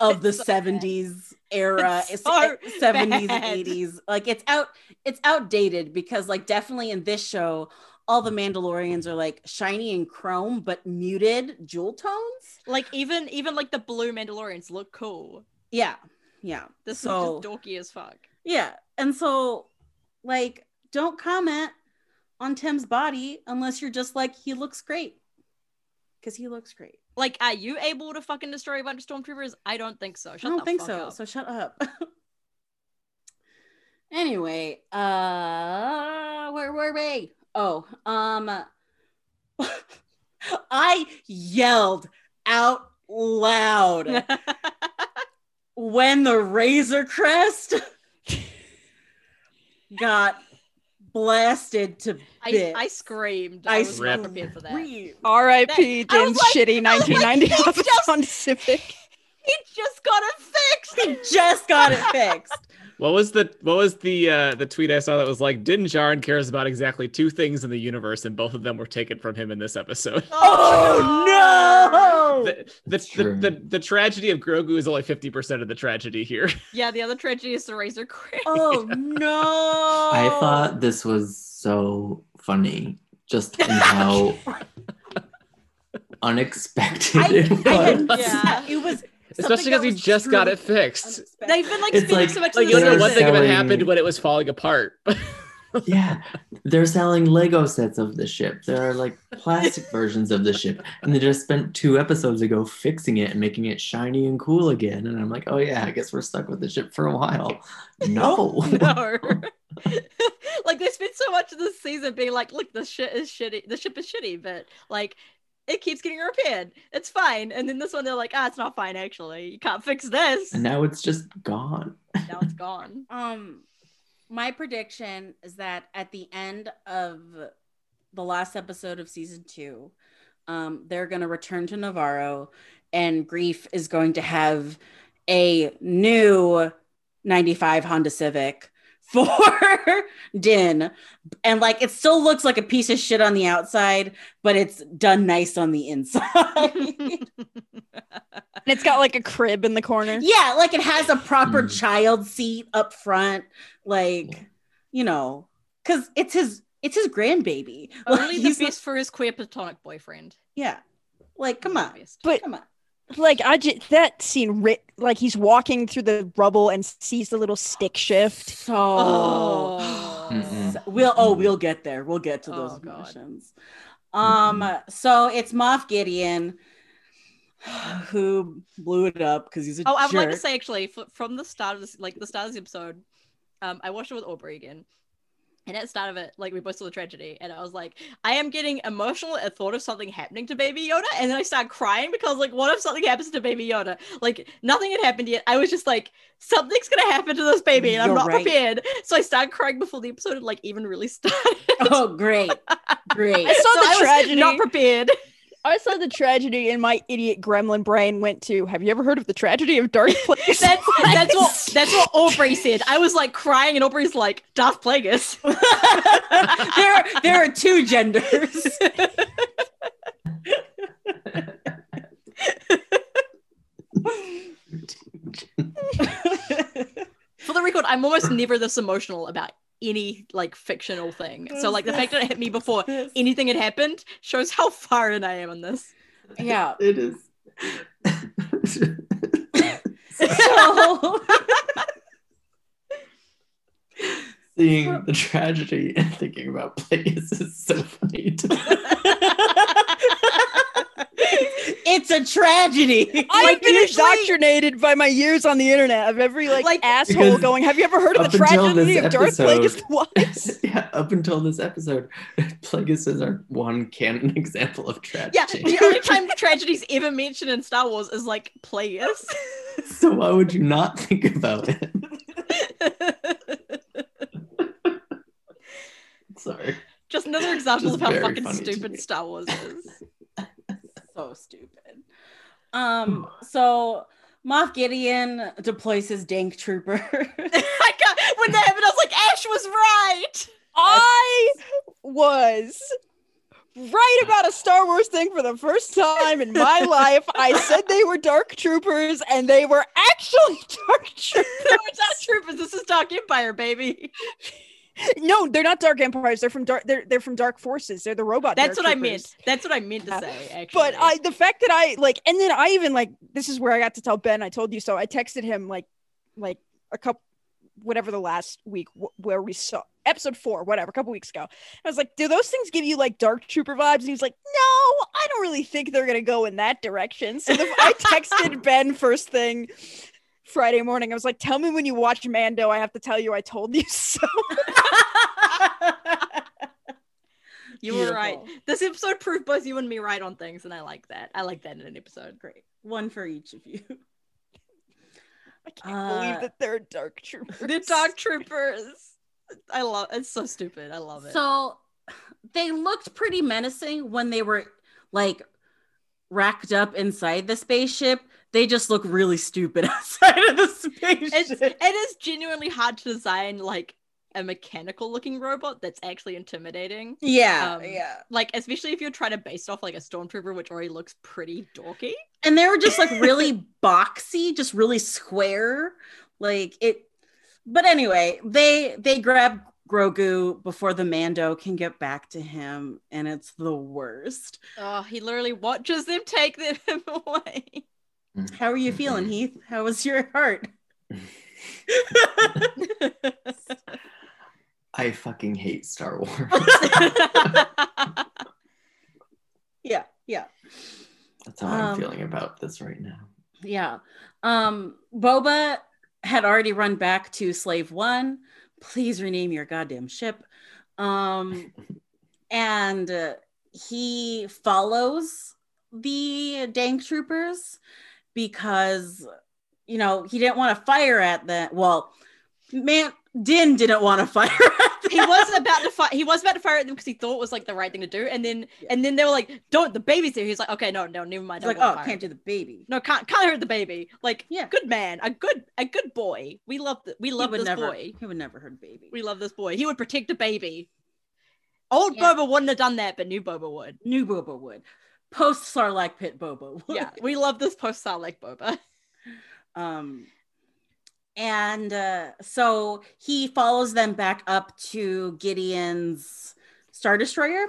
of the It's so bad. 70s era It's it's so 70s bad. and 80s like it's out it's outdated because like definitely in this show all the mandalorians are like shiny and chrome but muted jewel tones Like even even like the blue Mandalorians look cool. yeah yeah This So- is just dorky as fuck. yeah and so like don't comment on tim's body unless you're just like he looks great because he looks great Like, are you able to fucking destroy a bunch of stormtroopers? I don't think so. Shut I the don't think fuck so. up. So shut up. [LAUGHS] anyway, uh where were we? Oh, um [LAUGHS] I yelled out [LAUGHS] loud when the Razor [LAUGHS] Crest got blasted to I, bits. I screamed. I I was not screamed. prepared for that. Read. R.I.P. that- [LAUGHS] I was Jim's shitty 1990 he outfit just- on Civic. He just got it fixed. He just got it [LAUGHS] fixed. What was the what was the uh, the tweet I saw that was like Din Djarin cares about exactly two things in the universe, and both of them were taken from him in this episode. Oh no! The the, That's the, true. the, the tragedy of Grogu is only fifty percent of the tragedy here. [LAUGHS] Yeah, the other tragedy is the Razor Crest. [LAUGHS] Oh no! I thought this was so funny, [LAUGHS] just in how unexpected I- it was. I had- Yeah. it was Um, Especially because he just got it fixed. Oh, [LAUGHS] They've been like It's speaking like- so much Like to you the don't know one They're thing [LAUGHS] if it selling- happened when it was falling apart. yeah, they're selling Lego sets of the ship. There are like plastic versions of the ship, and they just spent two episodes ago fixing it and making it shiny and cool again. And I'm like, oh yeah, I guess we're stuck with the ship for [LAUGHS] a while. No, no. [LAUGHS] like they spent so much of this season being like, look, this shit is shitty. The ship is shitty, but like it keeps getting repaired. It's fine. And then this one they're like, ah, it's not fine actually. You can't fix this. and now it's just gone. Now it's gone. Um, my prediction is that at the end of the last episode of season two, um, they're going to return to Navarro, and Grief is going to have a new '95 Honda Civic [LAUGHS] for Din, and like it still looks like a piece of shit on the outside, but it's done nice on the [LAUGHS] [LAUGHS] inside. And it's got like a crib in the corner. Yeah, like it has a proper Mm. child seat up front, like Yeah. you know, because it's his it's his grandbaby. Like, Only the he's- best for his queer platonic boyfriend. yeah, like come Only the on, best. But come on. like I just that scene, writ like he's walking through the rubble and sees the little stick shift. So Mm-mm. We'll oh we'll get there. We'll get to Oh, those God. emotions. Um so it's Moff Gideon [SIGHS] who blew it up because he's a Oh, I would jerk. like to say actually, f- from the start of this, like the start of this episode, um, I watched it with Aubrey again, and at the start of it, like we both saw the tragedy, and I was like, I am getting emotional at thought of something happening to Baby Yoda, and then I started crying because like, what if something happens to Baby Yoda? Like nothing had happened yet. I was just like, something's gonna happen to this baby, and I'm You're not right. prepared. So I started crying before the episode had like even really [LAUGHS] started. [LAUGHS] oh [LAUGHS] great. Great. I saw So the I was tragedy. Not prepared. I saw the tragedy, and my idiot gremlin brain went to, "Have you ever heard of the tragedy of Dark Place?" [LAUGHS] That's, [LAUGHS] that's what that's what Aubrey said. I was like crying, and Aubrey's like Darth [LAUGHS] Plagueis. there, there are two [LAUGHS] genders. For the record, I'm almost never this emotional about any like fictional thing. So like the fact that it hit me before anything had happened shows how far in I am on this. yeah. It is. [LAUGHS] So, Seeing the tragedy [LAUGHS] and thinking about plays is so funny. To [LAUGHS] [LAUGHS] it's a tragedy. I've been usually- indoctrinated by my years on the internet of every like, Like- asshole Because going, "Have you ever heard of up the until tragedy this of Dark Plagueis [LAUGHS] episode- Wise?" yeah, up until this episode, [LAUGHS] Plagueis is our one canon [LAUGHS] example of Yeah, tragedy. the only time tragedy's ever mentioned in Star Wars is like Plagueis. [LAUGHS] So why would you not think [LAUGHS] about it? [LAUGHS] Sorry. Just another example Just of how very fucking funny to me. stupid Star Wars is. [LAUGHS] so stupid. Um, so Moff Gideon deploys his dank trooper. [LAUGHS] I can't, when that happened, I was like, Ash was right. I was right about a Star Wars thing for the first time [LAUGHS] in my life. I said they were dark troopers, and they were actually [LAUGHS] dark troopers. [LAUGHS] They [LAUGHS] were Dark Troopers. This is Dark Empire, baby. No, they're not dark empires. They're from dark. They're they're from dark forces. They're the robot. That's Dark what I Troopers. meant. That's what I meant to Yeah. say. Actually, But I, the fact that I like, and then I even like, this is where I got to tell Ben I told you so. I texted him like, like a couple, whatever the last week wh- where we saw episode four, whatever, a couple weeks ago. I was like, do those things give you like dark trooper vibes? And he's like, no, I don't really think they're gonna go in that direction. So the, [LAUGHS] I texted Ben first thing Friday morning. I was like, tell me when you watch Mando. I have to tell you, I told you [LAUGHS] so. [LAUGHS] You were right. This episode proved both you and me right on things, and I like that. I like that in an episode. Great. One for each of you. I can't Uh, believe that they're dark troopers. The Dark Troopers. I love. It's so stupid. I love it. So they looked pretty menacing when they were like racked up inside the spaceship. They just look really stupid [LAUGHS] outside of the [LAUGHS] it's, spaceship. it is genuinely hard to design like a mechanical looking robot that's actually intimidating. yeah, um, yeah. Like especially if you're trying to base it off like a stormtrooper, which already looks pretty dorky. And they were just like really boxy, just really square. Like it but anyway, they they grab Grogu before the Mando can get back to him, and it's the worst. Oh, he literally watches them take them [LAUGHS] [LAUGHS] away. How are you feeling, Heath? How was your heart? [LAUGHS] I fucking hate [LAUGHS] Star Wars. Um, Yeah, yeah. That's how Um, I'm feeling about this right now. [LAUGHS] Yeah. Um, Boba had already run back to Slave One. Please rename your goddamn ship. Um, and uh, he follows the dank troopers because, you know, he didn't want to fire at them. Well, man, Din didn't want to [LAUGHS] fire at them. he was about to fire. He was about to fire at them because he thought it was like the right thing to do, and then and then they were like, "Don't the baby's here." He's like, "Okay, no, no, never mind." He's like, I won't oh, fire can't do at the baby. No, can't can't hurt the baby. Like, Yeah. good man, a good a good boy. We love the, we love he would this never. boy. He would never hurt baby. We love this boy. He would protect a baby. Old Yeah. Boba wouldn't have done that, but new Boba [LAUGHS] would. New Boba would. Post Sarlacc pit Boba would. Yeah, we love this post Sarlacc Boba. um and uh, so he follows them back up to gideon's star destroyer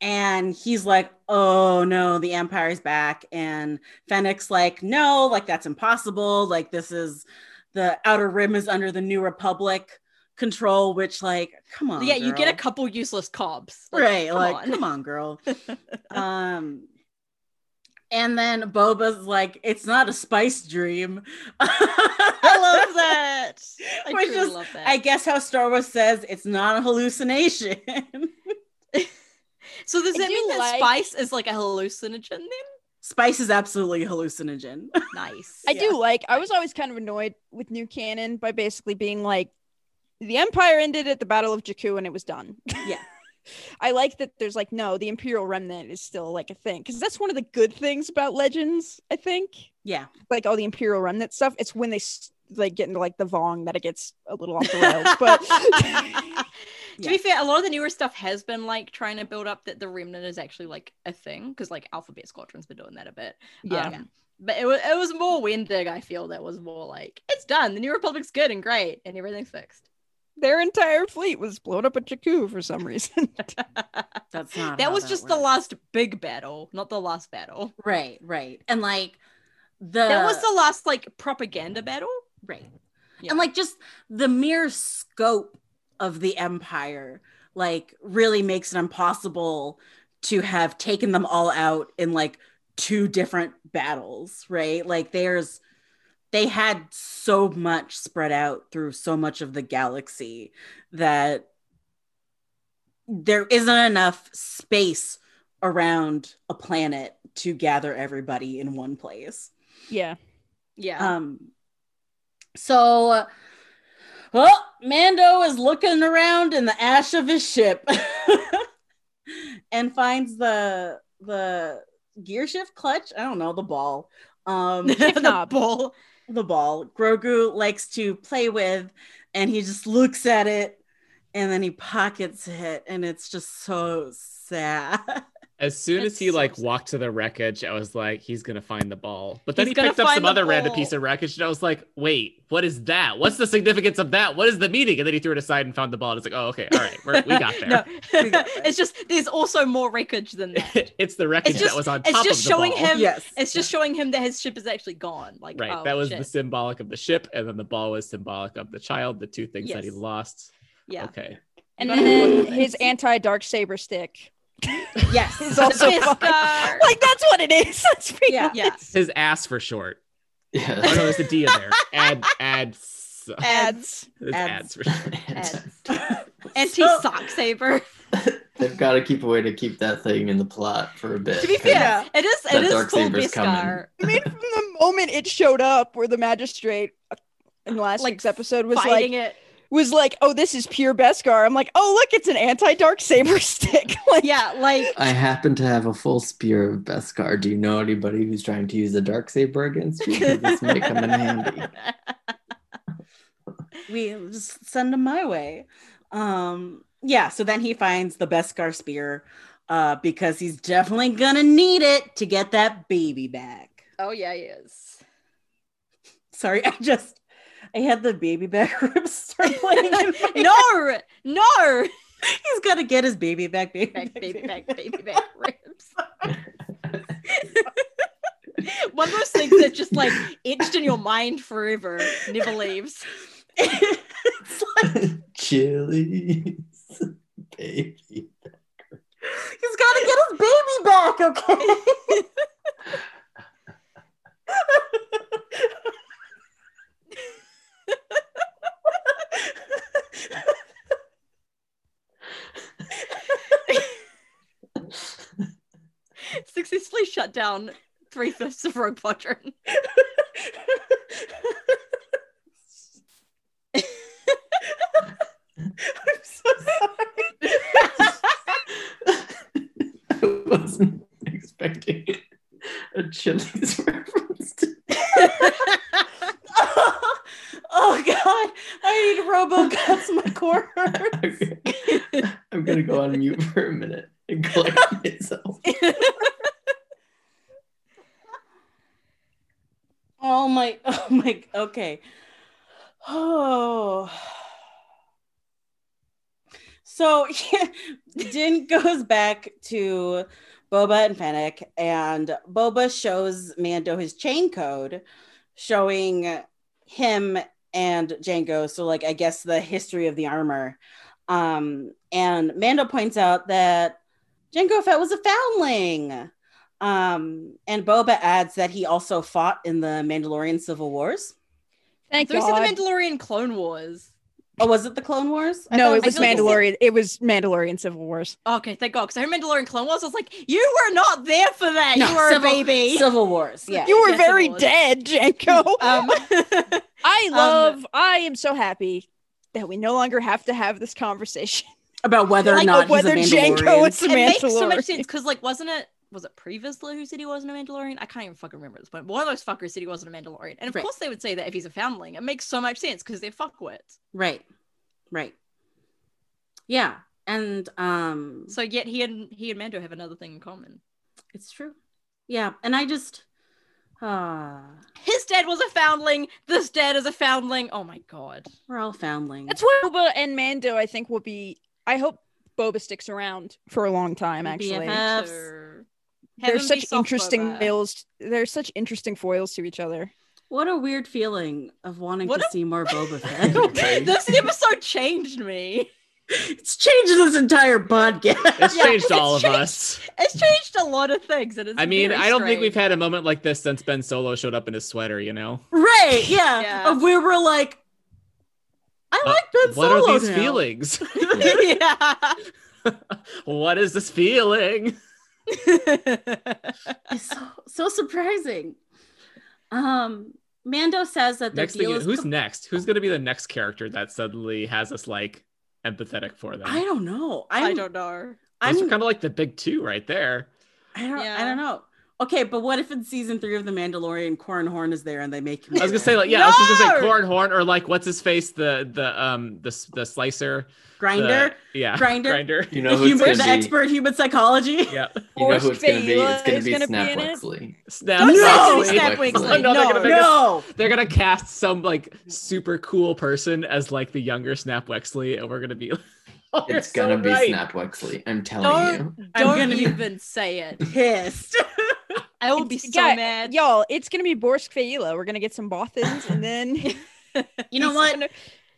and he's like oh no the empire's back and fennec's like no like that's impossible like this is the outer rim is under the new republic control, which like, come on. yeah, you get a girl. couple useless cobs. Like, right come like on. come on [LAUGHS] girl um and then boba's like it's not a spice dream [LAUGHS] I i love that. I We're truly just- love that. i guess how star wars says it's not a hallucination [LAUGHS] so does I that do mean that like- spice is like a hallucinogen then? spice is absolutely a hallucinogen [LAUGHS] Nice. I do like. I was always kind of annoyed with New Canon by basically being like, the Empire ended at the Battle of Jakku and it was done. [LAUGHS] Yeah. I like that there's like no, the Imperial Remnant is still like a thing because that's one of the good things about Legends. I think yeah like all the Imperial Remnant stuff. It's when they s- like get into like the Vong that it gets a little off the rails. But [LAUGHS] [LAUGHS] to be fair, a lot of the newer stuff has been like trying to build up that the remnant is actually like a thing because like Alphabet Squadron's been doing that a bit. yeah, Um, but it was it was more Wendig. I feel that was more like it's done. The New Republic's good and great, and everything's fixed. [LAUGHS] their entire fleet was blown up at Jakku for some [LAUGHS] reason. that that's not how was just the works. last big battle, not the last battle. right right and like the that was the last like propaganda battle. right Yeah. and like just the mere scope of the empire like really makes it impossible to have taken them all out in like two different battles right like there's they had so much spread out through so much of the galaxy that there isn't enough space around a planet to gather everybody in one place yeah, Yeah. um, so, uh, oh, Mando is looking around in the ash of his ship [LAUGHS] and finds the the gear shift clutch. I don't know the ball. [LAUGHS] Um, [LAUGHS] The knob. ball. the ball. Grogu likes to play with, and he just looks at it, and then he pockets it, and it's just so sad. [LAUGHS] As soon as That's he so like sad. walked to the wreckage, I was like, he's gonna find the ball. But then He's he gonna picked up find some the other random ball. piece of wreckage, and I was like, wait, what is that? What's the significance of that? What is the meaning? And then he threw it aside and found the ball. And it's like, oh, okay, all right, we're, we [LAUGHS] got there. no, [LAUGHS] We got there. it's just there's also more wreckage [LAUGHS] than that. [LAUGHS] it's the wreckage just- that was on it's top just of the showing ball. him- yes, It's just showing him that his ship is actually gone. Like Right, oh, that was shit. the symbolic of the ship, and then the ball was symbolic of the child. The two things that he Yes. lost. yeah. Okay, and Gotta then [LAUGHS] his anti dark saber stick yes. is also Fist fucking- [LAUGHS] guard. [LAUGHS] like that's what it is. Let's be Yeah. yeah. it's his ass for short. Yeah. Oh no, there's a D in [LAUGHS] there. Ad, ads. ads. It's Ads. ads for sure. [LAUGHS] Anti sock saber. They've got to keep a way to keep that thing in the plot for a bit. to be 'cause fair, it is That it is dark full saber's coming. Beskar. I mean, from the moment it showed up, where the magistrate uh, in last Like, week's episode was like, Fighting it. was like, oh, this is pure Beskar. I'm like, oh, look, it's an anti dark saber [LAUGHS] stick. like, Yeah, like I happen to have a full spear of Beskar. Do you know anybody who's trying to use a dark saber against you? 'Cause This might come in handy. we just send him my way. Um, yeah, so then he finds the Beskar spear uh, because he's definitely gonna need it to get that baby back. [LAUGHS] Oh yeah, he is. [LAUGHS] Sorry, [LAUGHS] I just I had the baby back [LAUGHS] ribs start playing. [LAUGHS] no, no, no. he's gotta get his baby back, baby Back, back, baby, [LAUGHS] back, baby, back ribs. One of those things that just like etched in your mind forever, [LAUGHS] never leaves. it's like Chili, baby. he's gotta get his baby back, [LAUGHS] okay? [LAUGHS] Successfully shut down three fifths of Rogue Quadrant. I'm so sorry. I wasn't expecting a Chili's reference. To- oh, god, I need RoboCuts [LAUGHS] my corner. [LAUGHS] Okay. I'm gonna go on mute for a minute and collect myself. Oh my, [LAUGHS] oh my, okay. Oh. So [LAUGHS] Din goes back to Boba and Fennec, and Boba shows Mando his chain code, showing him and Django. So like I guess the history of the armor. Um, and Mando points out that Django Fett was a foundling. Um, and Boba adds that he also fought in the Mandalorian Civil Wars. Thank So we see the Mandalorian Clone Wars. Oh, was it the Clone Wars? I no, thought it was I feel Mandalorian. It was Mandalorian Civil Wars. Oh, Okay, thank God. Because I heard Mandalorian Clone Wars. I was like, you were not there for that. No, you were Civil- a baby. Civil Wars. Yeah. you were yeah, Civil very Wars. dead, Janko. [LAUGHS] um, I um, love. I am so happy that we no longer have to have this conversation About whether like or not [LAUGHS] of whether he's a Janko Mandalorian. is a it makes so much Mandalorian. sense because, like, wasn't it? Was it Previously who said he wasn't a Mandalorian? I can't even fucking remember at this point. But one of those fuckers said he wasn't a Mandalorian, and of Right. course they would say that if he's a foundling. It makes so much sense because they're fuckwits. Right. Right. Yeah. And Mm-hmm. um So yet he and he and Mando have another thing in common. it's true. Yeah. And I just uh His dad was a foundling. This dad is a foundling. Oh my god. we're all foundlings. That's why Boba and Mando. I think will be. I hope Boba sticks around for a long time. We'll be Actually, a- Perhaps. Sure. Have they're him be such soft interesting Boba. [LAUGHS] foils. They're such interesting foils to each other. What a weird feeling of wanting What to a- see more [LAUGHS] Boba Fett. this episode changed me. it's changed this entire podcast. It's Yeah, changed all it's of us. It's changed a lot of things. And it's I mean, very I don't think strange. we've had a moment like this since Ben Solo showed up in his sweater, you know? Right. Yeah. Yeah. Of where we're like, I Uh, like Ben what Solo are these now. [LAUGHS] feelings? [LAUGHS] [LAUGHS] yeah. what is this [LAUGHS] feeling? [LAUGHS] It's so, so surprising. Um, Mando says that their next thing, deal you- is who's com- next? Who's going to be the next character that suddenly has us like empathetic for them? I don't know. I'm, I don't know. I'm, Those are kind of like the big two right there. I don't. I Yeah. don't know. Okay, but what if in season three of the Mandalorian, Corin Horn is there and they make him? I was [LAUGHS] gonna say like yeah, I was just gonna say No! Corn Horn or like what's his face the the um the s- the slicer the- grinder, yeah [LAUGHS] Grinder? grinder the, You know who it's human, gonna the be. expert human [LAUGHS] psychology. yeah You know who it's gonna be. Force Fayla It's gonna be is gonna Snap be in it. Wexley. snap Don't No, say Snap Wexley. Wexley. No, No, they're gonna make us- No, they're gonna cast some like super cool person as like the younger Snap Wexley and we're gonna be [LAUGHS] oh, you're It's so gonna be right. Snap Wexley. I'm telling Don't, I'm don't gonna be- even say it. pissed. I will be It's- so yeah, mad. y'all. It's gonna be Borsk Faila. We're gonna get some Bothans, [LAUGHS] and then he's You know gonna- what?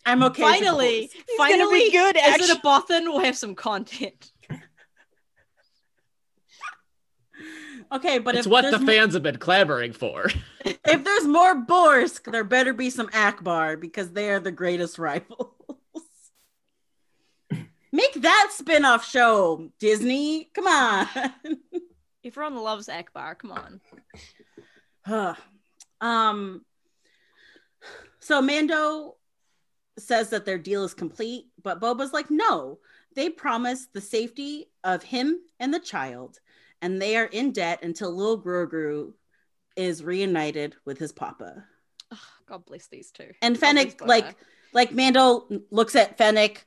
I'm okay. with the finally, boys. gonna be finally, good. Actually, is it a Bothan? We'll have some content. okay, but it's if what there's the mo- fans have been clamoring for [LAUGHS] if there's more Borsk, there better be some Akbar because they are the greatest rivals. [LAUGHS] Make that spin-off show, Disney. Come on. [LAUGHS] Everyone loves Akbar. Come on. Ugh. um so Mando says that their deal is complete, but Boba's like, no, they promised the safety of him and the child, and they are in debt until Lil Grogu is reunited with his papa. Ugh, God bless these two. And God bless Fennec, Boba. like, like Mando looks at Fennec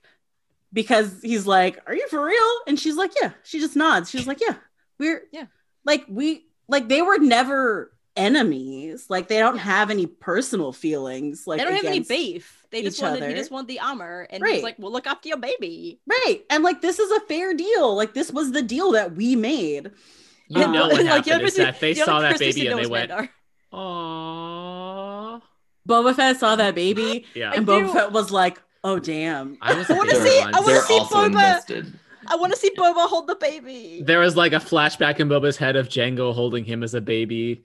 because he's like, "Are you for real?" And she's like, "Yeah." She just nods. She's like, "Yeah, we're Yeah. Like we like they were never enemies. Like they don't have any personal feelings. Like they don't have any against- beef. They just each wanted. other. He just wanted the armor, and Right. he's like, "Well, look after your baby." Right. And like this is a fair deal. Like this was the deal that we made. you Um, know what [LAUGHS] happened Like, the other is person- that they the other saw that person baby said and that they was went Mando. aww Boba Fett saw that [GASPS] baby, [LAUGHS] yeah and I Boba do- Fett was like, "Oh damn." I was I wanna there see- I once. wanna you, they're see Boba- also invested. I want to see Boba hold the baby. There was like a flashback in Boba's head of Django holding him as a baby.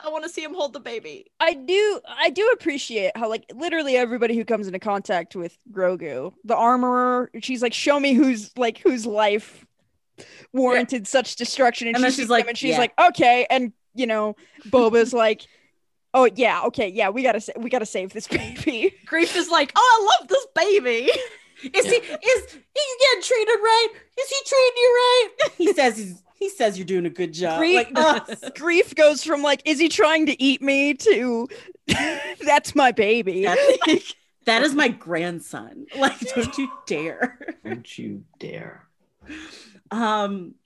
I want to see him hold the baby. I do I do appreciate how like literally everybody who comes into contact with Grogu, the armorer, she's like, show me who's like whose life warranted such destruction. And, And then she she's sees like, him and she's yeah. like, okay. And you know, Boba's like, oh yeah, okay, yeah, we gotta sa- we gotta save [LAUGHS] this baby. Grief is like, oh, I love this baby. Is he is he getting treated right? Is he treating you right? [LAUGHS] He says he's he says you're doing a good job. Grief, uh, Like, [LAUGHS] ugh. [LAUGHS] Grief goes from like, is he trying to eat me to [LAUGHS] that's my baby. That's- that is my grandson. [LAUGHS] Like, don't you dare. Don't you dare. Um,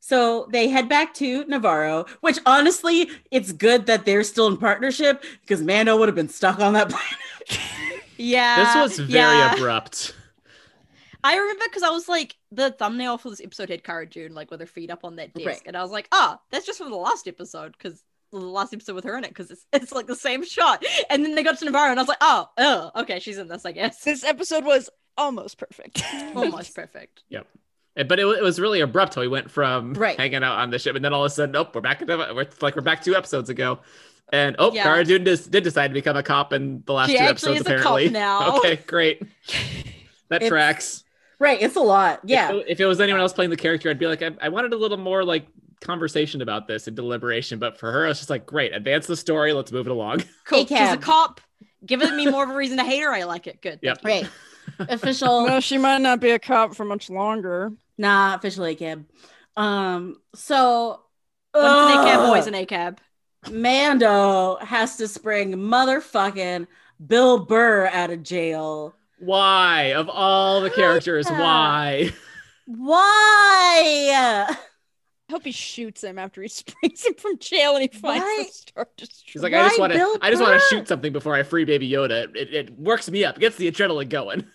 so they head back to Navarro, which honestly, it's good that they're still in partnership because Mando would have been stuck on that planet. Yeah. This was very yeah. abrupt. I remember because I was like, the thumbnail for this episode had Cara June like with her feet up on that desk, Right. and I was like, ah, that's just from the last episode because the last episode with her in it because it's, it's like the same shot. And then they got to Navarro, and I was like, oh, oh, okay, she's in this, I guess. [LAUGHS] This episode was almost perfect. Almost perfect. But it, wa- it was really abrupt how we went from Right. hanging out on the ship, and then all of a sudden, nope, we're back at the, we're it's like we're back two episodes ago, and oh, Yeah. Cara Dune dis- did decide to become a cop in the last She two actually episodes. is a cop apparently, now. [LAUGHS] okay, [LAUGHS] great. That It's- tracks. [LAUGHS] Right. It's a lot. If Yeah. it, if it was anyone else playing the character, I'd be like, I, I wanted a little more like conversation about this and deliberation. But for her, I was just like, great, advance the story, let's move it along. [LAUGHS] Cool. She's a cab. cop. Giving me more of a reason to hate her. I like it. Good. Yep. Right. Official [LAUGHS] well, she might not be a cop for much longer. Nah, official ACAB. Um, so One's an ACAB, always Ugh. an ACAB. Mando has to spring motherfucking Bill Burr out of jail. Why, of all the characters, Yeah. why? Why? I hope he shoots him after he [LAUGHS] springs him from jail and he finds Why- the Star She's Destroyer. like, I just Why want to, Bill I just want Burr? to shoot something before I free Baby Yoda. It, it works me up, gets the adrenaline going.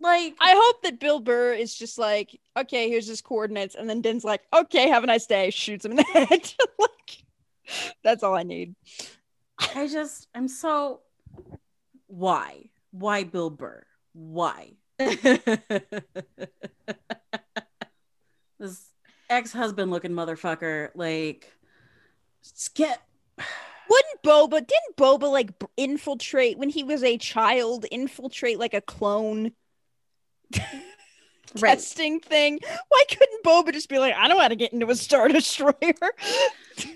Like I hope that Bill Burr is just like, okay, here's his coordinates, and then Din's like, okay, have a nice day, shoots him in the [LAUGHS] head. like, that's all I need. I just I'm so why? Why Bill Burr? Why? This ex-husband looking motherfucker, like just get Wouldn't Boba? Didn't Boba like b- infiltrate when he was a child? Infiltrate like a clone right. testing thing. Why couldn't Boba just be like, I know how to get into a Star [LAUGHS] Destroyer?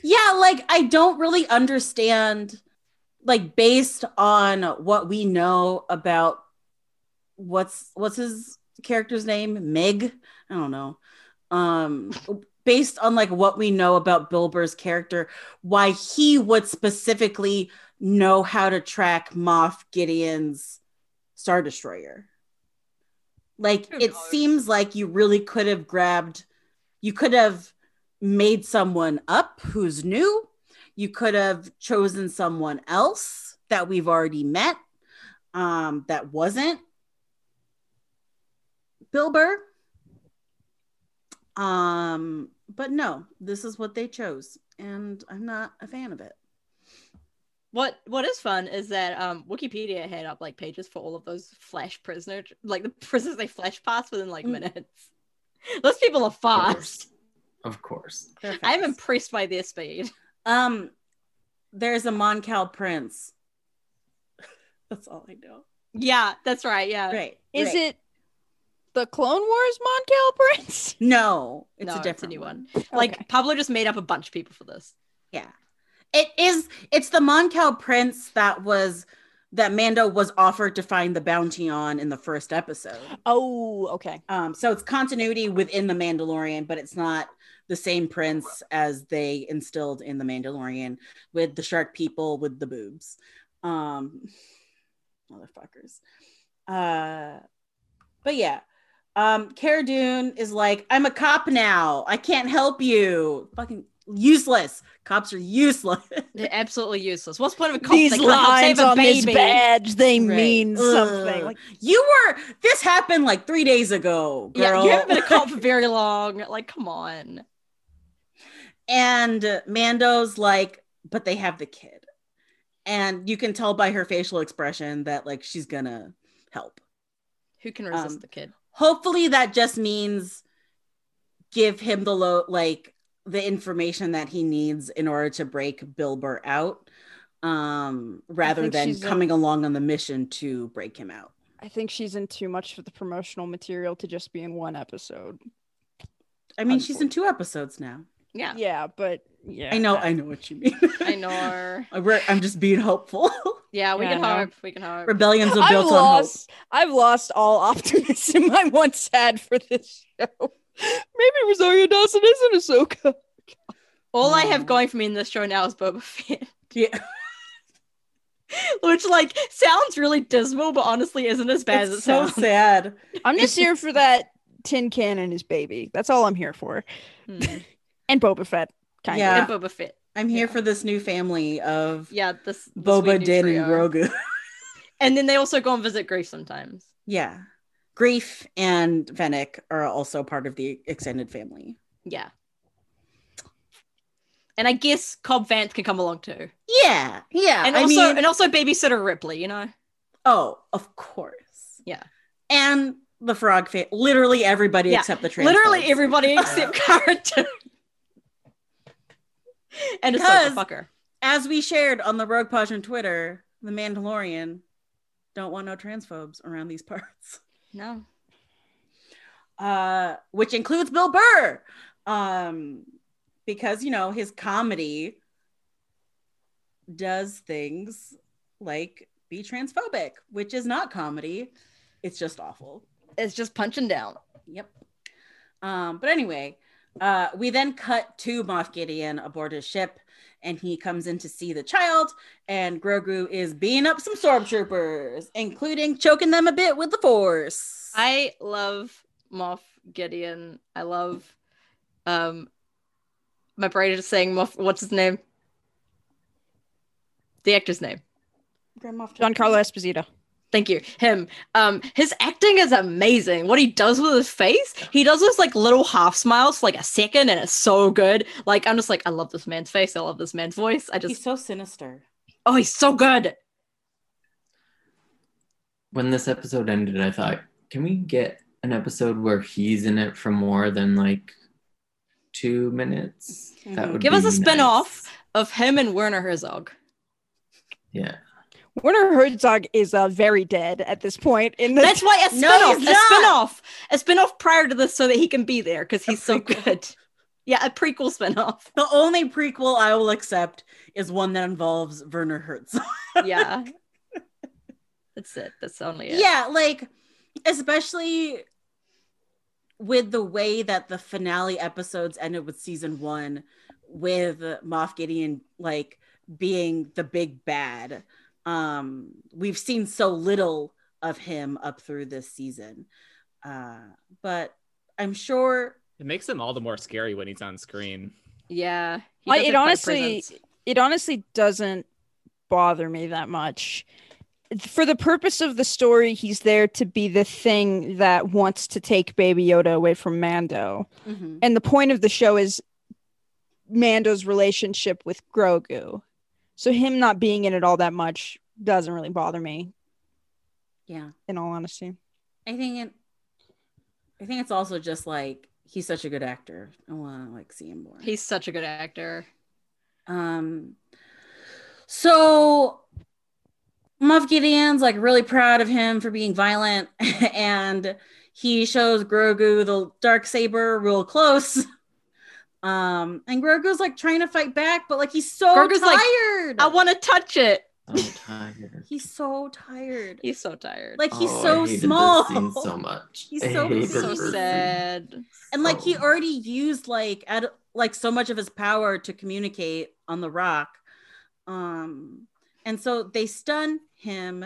Yeah, like I don't really understand, like based on what we know about what's what's his character's name, Mig. I don't know. Um, based on like what we know about Bill Burr's character, why he would specifically know how to track Moff Gideon's Star Destroyer. Like Who it knows? seems like you really could have grabbed, you could have made someone up who's new. You could have chosen someone else that we've already met um, that wasn't Bill Burr. Um, but no, this is what they chose, and I'm not a fan of it. What what is fun is that um Wikipedia had up like pages for all of those flash prisoner like the prisoners they flash past within like Mm. minutes. [LAUGHS] Those people are fast. Of course. They're I'm fast. impressed by their speed. [LAUGHS] um, there's a Moncal Prince. [LAUGHS] That's all I know. Yeah, that's right. Yeah. Right? Is right. it the Clone Wars Moncal Prince? [LAUGHS] No, it's No, a it's a different new one. Like Okay. Pablo just made up a bunch of people for this. It is. It's the Moncal Prince that was that Mando was offered to find the bounty on in the first episode. Oh, okay. Um, so it's continuity within the Mandalorian, but it's not the same prince as they instilled in the Mandalorian with the shark people with the boobs. Um, motherfuckers. Uh, but yeah. Um, Cara Dune is like, I'm a cop now. I can't help you. Fucking useless. Cops are useless. [LAUGHS] They're absolutely useless. What's the point of a cop? These They can't help save lines a on this baby. badge, they Right. mean Ugh. something. Like, you were. This happened like three days ago, Yeah, girl. you haven't been a cop for very long. Like, come on. And Mando's like, but they have the kid. And you can tell by her facial expression that like she's gonna help. Who can resist Um, the kid? Hopefully that just means give him the low like the information that he needs in order to break Bill Burr out um rather think than she's a- coming along on the mission to break him out. I think she's in too much for the promotional material to just be in one episode. I mean she's in two episodes now. Yeah, Yeah, but yeah. I know I know what you [LAUGHS] mean. I know. [LAUGHS] We're- I'm just being hopeful. Yeah, we Yeah, can I know. hope. We can hope. Rebellions are I've built on hope. lost. I've lost all optimism [LAUGHS] I once had for this show. Maybe Rosario Dawson isn't Ahsoka. All I Oh. have going for me in this show now is Boba Fett, [LAUGHS] Yeah. which like sounds really dismal, but honestly isn't as bad as it's it so sounds. sad. I'm just here for that tin can and his baby. That's all I'm here for. Hmm. And Boba Fett, kind Yeah. of. And Boba Fett. I'm here Yeah. for this new family of Yeah, this, this Boba, weird new Din, and trio. Grogu. [LAUGHS] And then they also go and visit Grief sometimes. yeah. Grief and Fennec are also part of the extended family. Yeah. And I guess Cobb Vanth can come along too. Yeah, yeah. And I also mean, and also babysitter Ripley, you know? oh, of course. Yeah. And the frog fan, literally everybody Yeah, except the trans. Literally folks. [LAUGHS] everybody except Kara too. And it's like Because- fucker. As we shared on the Rogue Page and Twitter, the Mandalorian don't want no transphobes around these parts, No. uh, which includes Bill Burr, um, because you know his comedy does things like be transphobic, which is not comedy. It's just awful. It's just punching down. Yep. Um, but anyway, uh, we then cut to Moff Gideon aboard his ship, and he comes in to see the child, and Grogu is beating up some stormtroopers, including choking them a bit with the Force. I love Moff Gideon. I love um my brain is saying Moff what's his name? The actor's name. John Carlo Esposito. Thank you. Him. Um his acting is amazing. What he does with his face, he does those like little half smiles for like a second and it's so good. Like I'm just like, I love this man's face, I love this man's voice. I He's just so sinister. oh he's so good. When this episode ended, I thought, can we get an episode where he's in it for more than like two minutes? Mhm. Give us a nice. spin-off. Of him and Werner Herzog. Yeah. Werner Herzog is uh, very dead at this point. In the That's why a No, spin-off, he's a not. spin-off, a spin-off prior to this, so that he can be there because he's so prequel. good. Yeah, a prequel spin-off. The only prequel I will accept is one that involves Werner Herzog. [LAUGHS] Yeah, that's it. That's only it. yeah, like especially with the way that the finale episodes ended with season one, with Moff Gideon like being the big bad. Um, we've seen so little of him up through this season, uh, but I'm sure. It makes him all the more scary when he's on screen. yeah. he Like, does it by honestly- presence. it honestly doesn't bother me that much. For the purpose of the story, he's there to be the thing that wants to take Baby Yoda away from Mando. Mhm. And the point of the show is Mando's relationship with Grogu. So him not being in it all that much doesn't really bother me, Yeah, in all honesty. I think it. I think it's also just like he's such a good actor. I want to like see him more. he's such a good actor. Um, so Muff Gideon's like really proud of him for being violent, [LAUGHS] and he shows Grogu the dark saber real close. Um, and Grogu's like trying to fight back, but like he's so Grogu's like, tired. I want to touch it. I'm tired. he's so tired. He's so tired. Like he's Oh, I so hated this small. [LAUGHS] scene so much. Oh. He's I so hated big. so this scene. sad. and like he so- already used like at like so much of his power to communicate on the rock um and so they stun him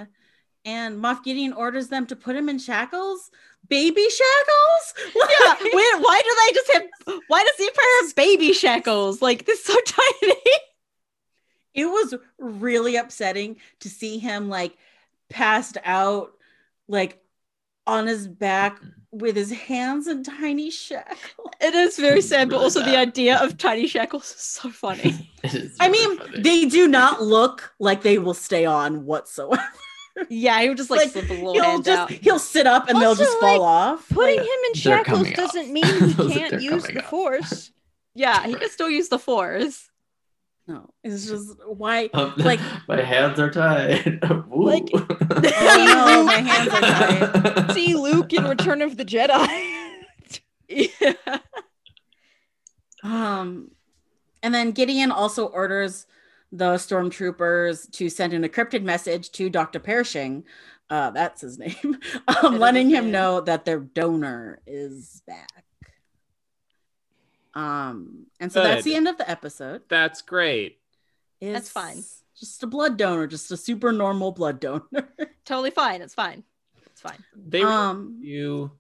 and Moff Gideon orders them to put him in shackles baby shackles [LAUGHS] [LAUGHS] Yeah. Where, why do they just have? Why does the Empire have baby shackles? Like they're so [LAUGHS] tiny. it was really upsetting to see him like passed out like on his back with his hands in tiny shackles It is very sad, but Really also the bad. idea of tiny shackles is so funny. [LAUGHS] It is i really mean funny. they do not look like they will stay on whatsoever [LAUGHS] Yeah, he would just like, Like, slip a little he'll hand just out. he'll sit up and Also, they'll just fall off. Putting Like, him in They're shackles coming up. doesn't [LAUGHS] mean he Those- can't they're use coming the up. force. Yeah, he can still use the [LAUGHS] force. no, it's just [LAUGHS] why. [LAUGHS] Um, like- my hands are tied. [LAUGHS] Woo. Like- Oh no, my hands are tied. [LAUGHS] [LAUGHS] See Luke in Return of the Jedi. [LAUGHS] Yeah. Um, and then Gideon also orders the stormtroopers to send in a cryptid message to Doctor Pershing. Uh, that's his [LAUGHS] name. Um, is letting his him name. know that their donor is back. Um, and so that's Good. the end of the episode. That's great. That's It's fine. Just a blood donor, just a super normal blood donor. Totally fine. It's fine. It's fine. They um, you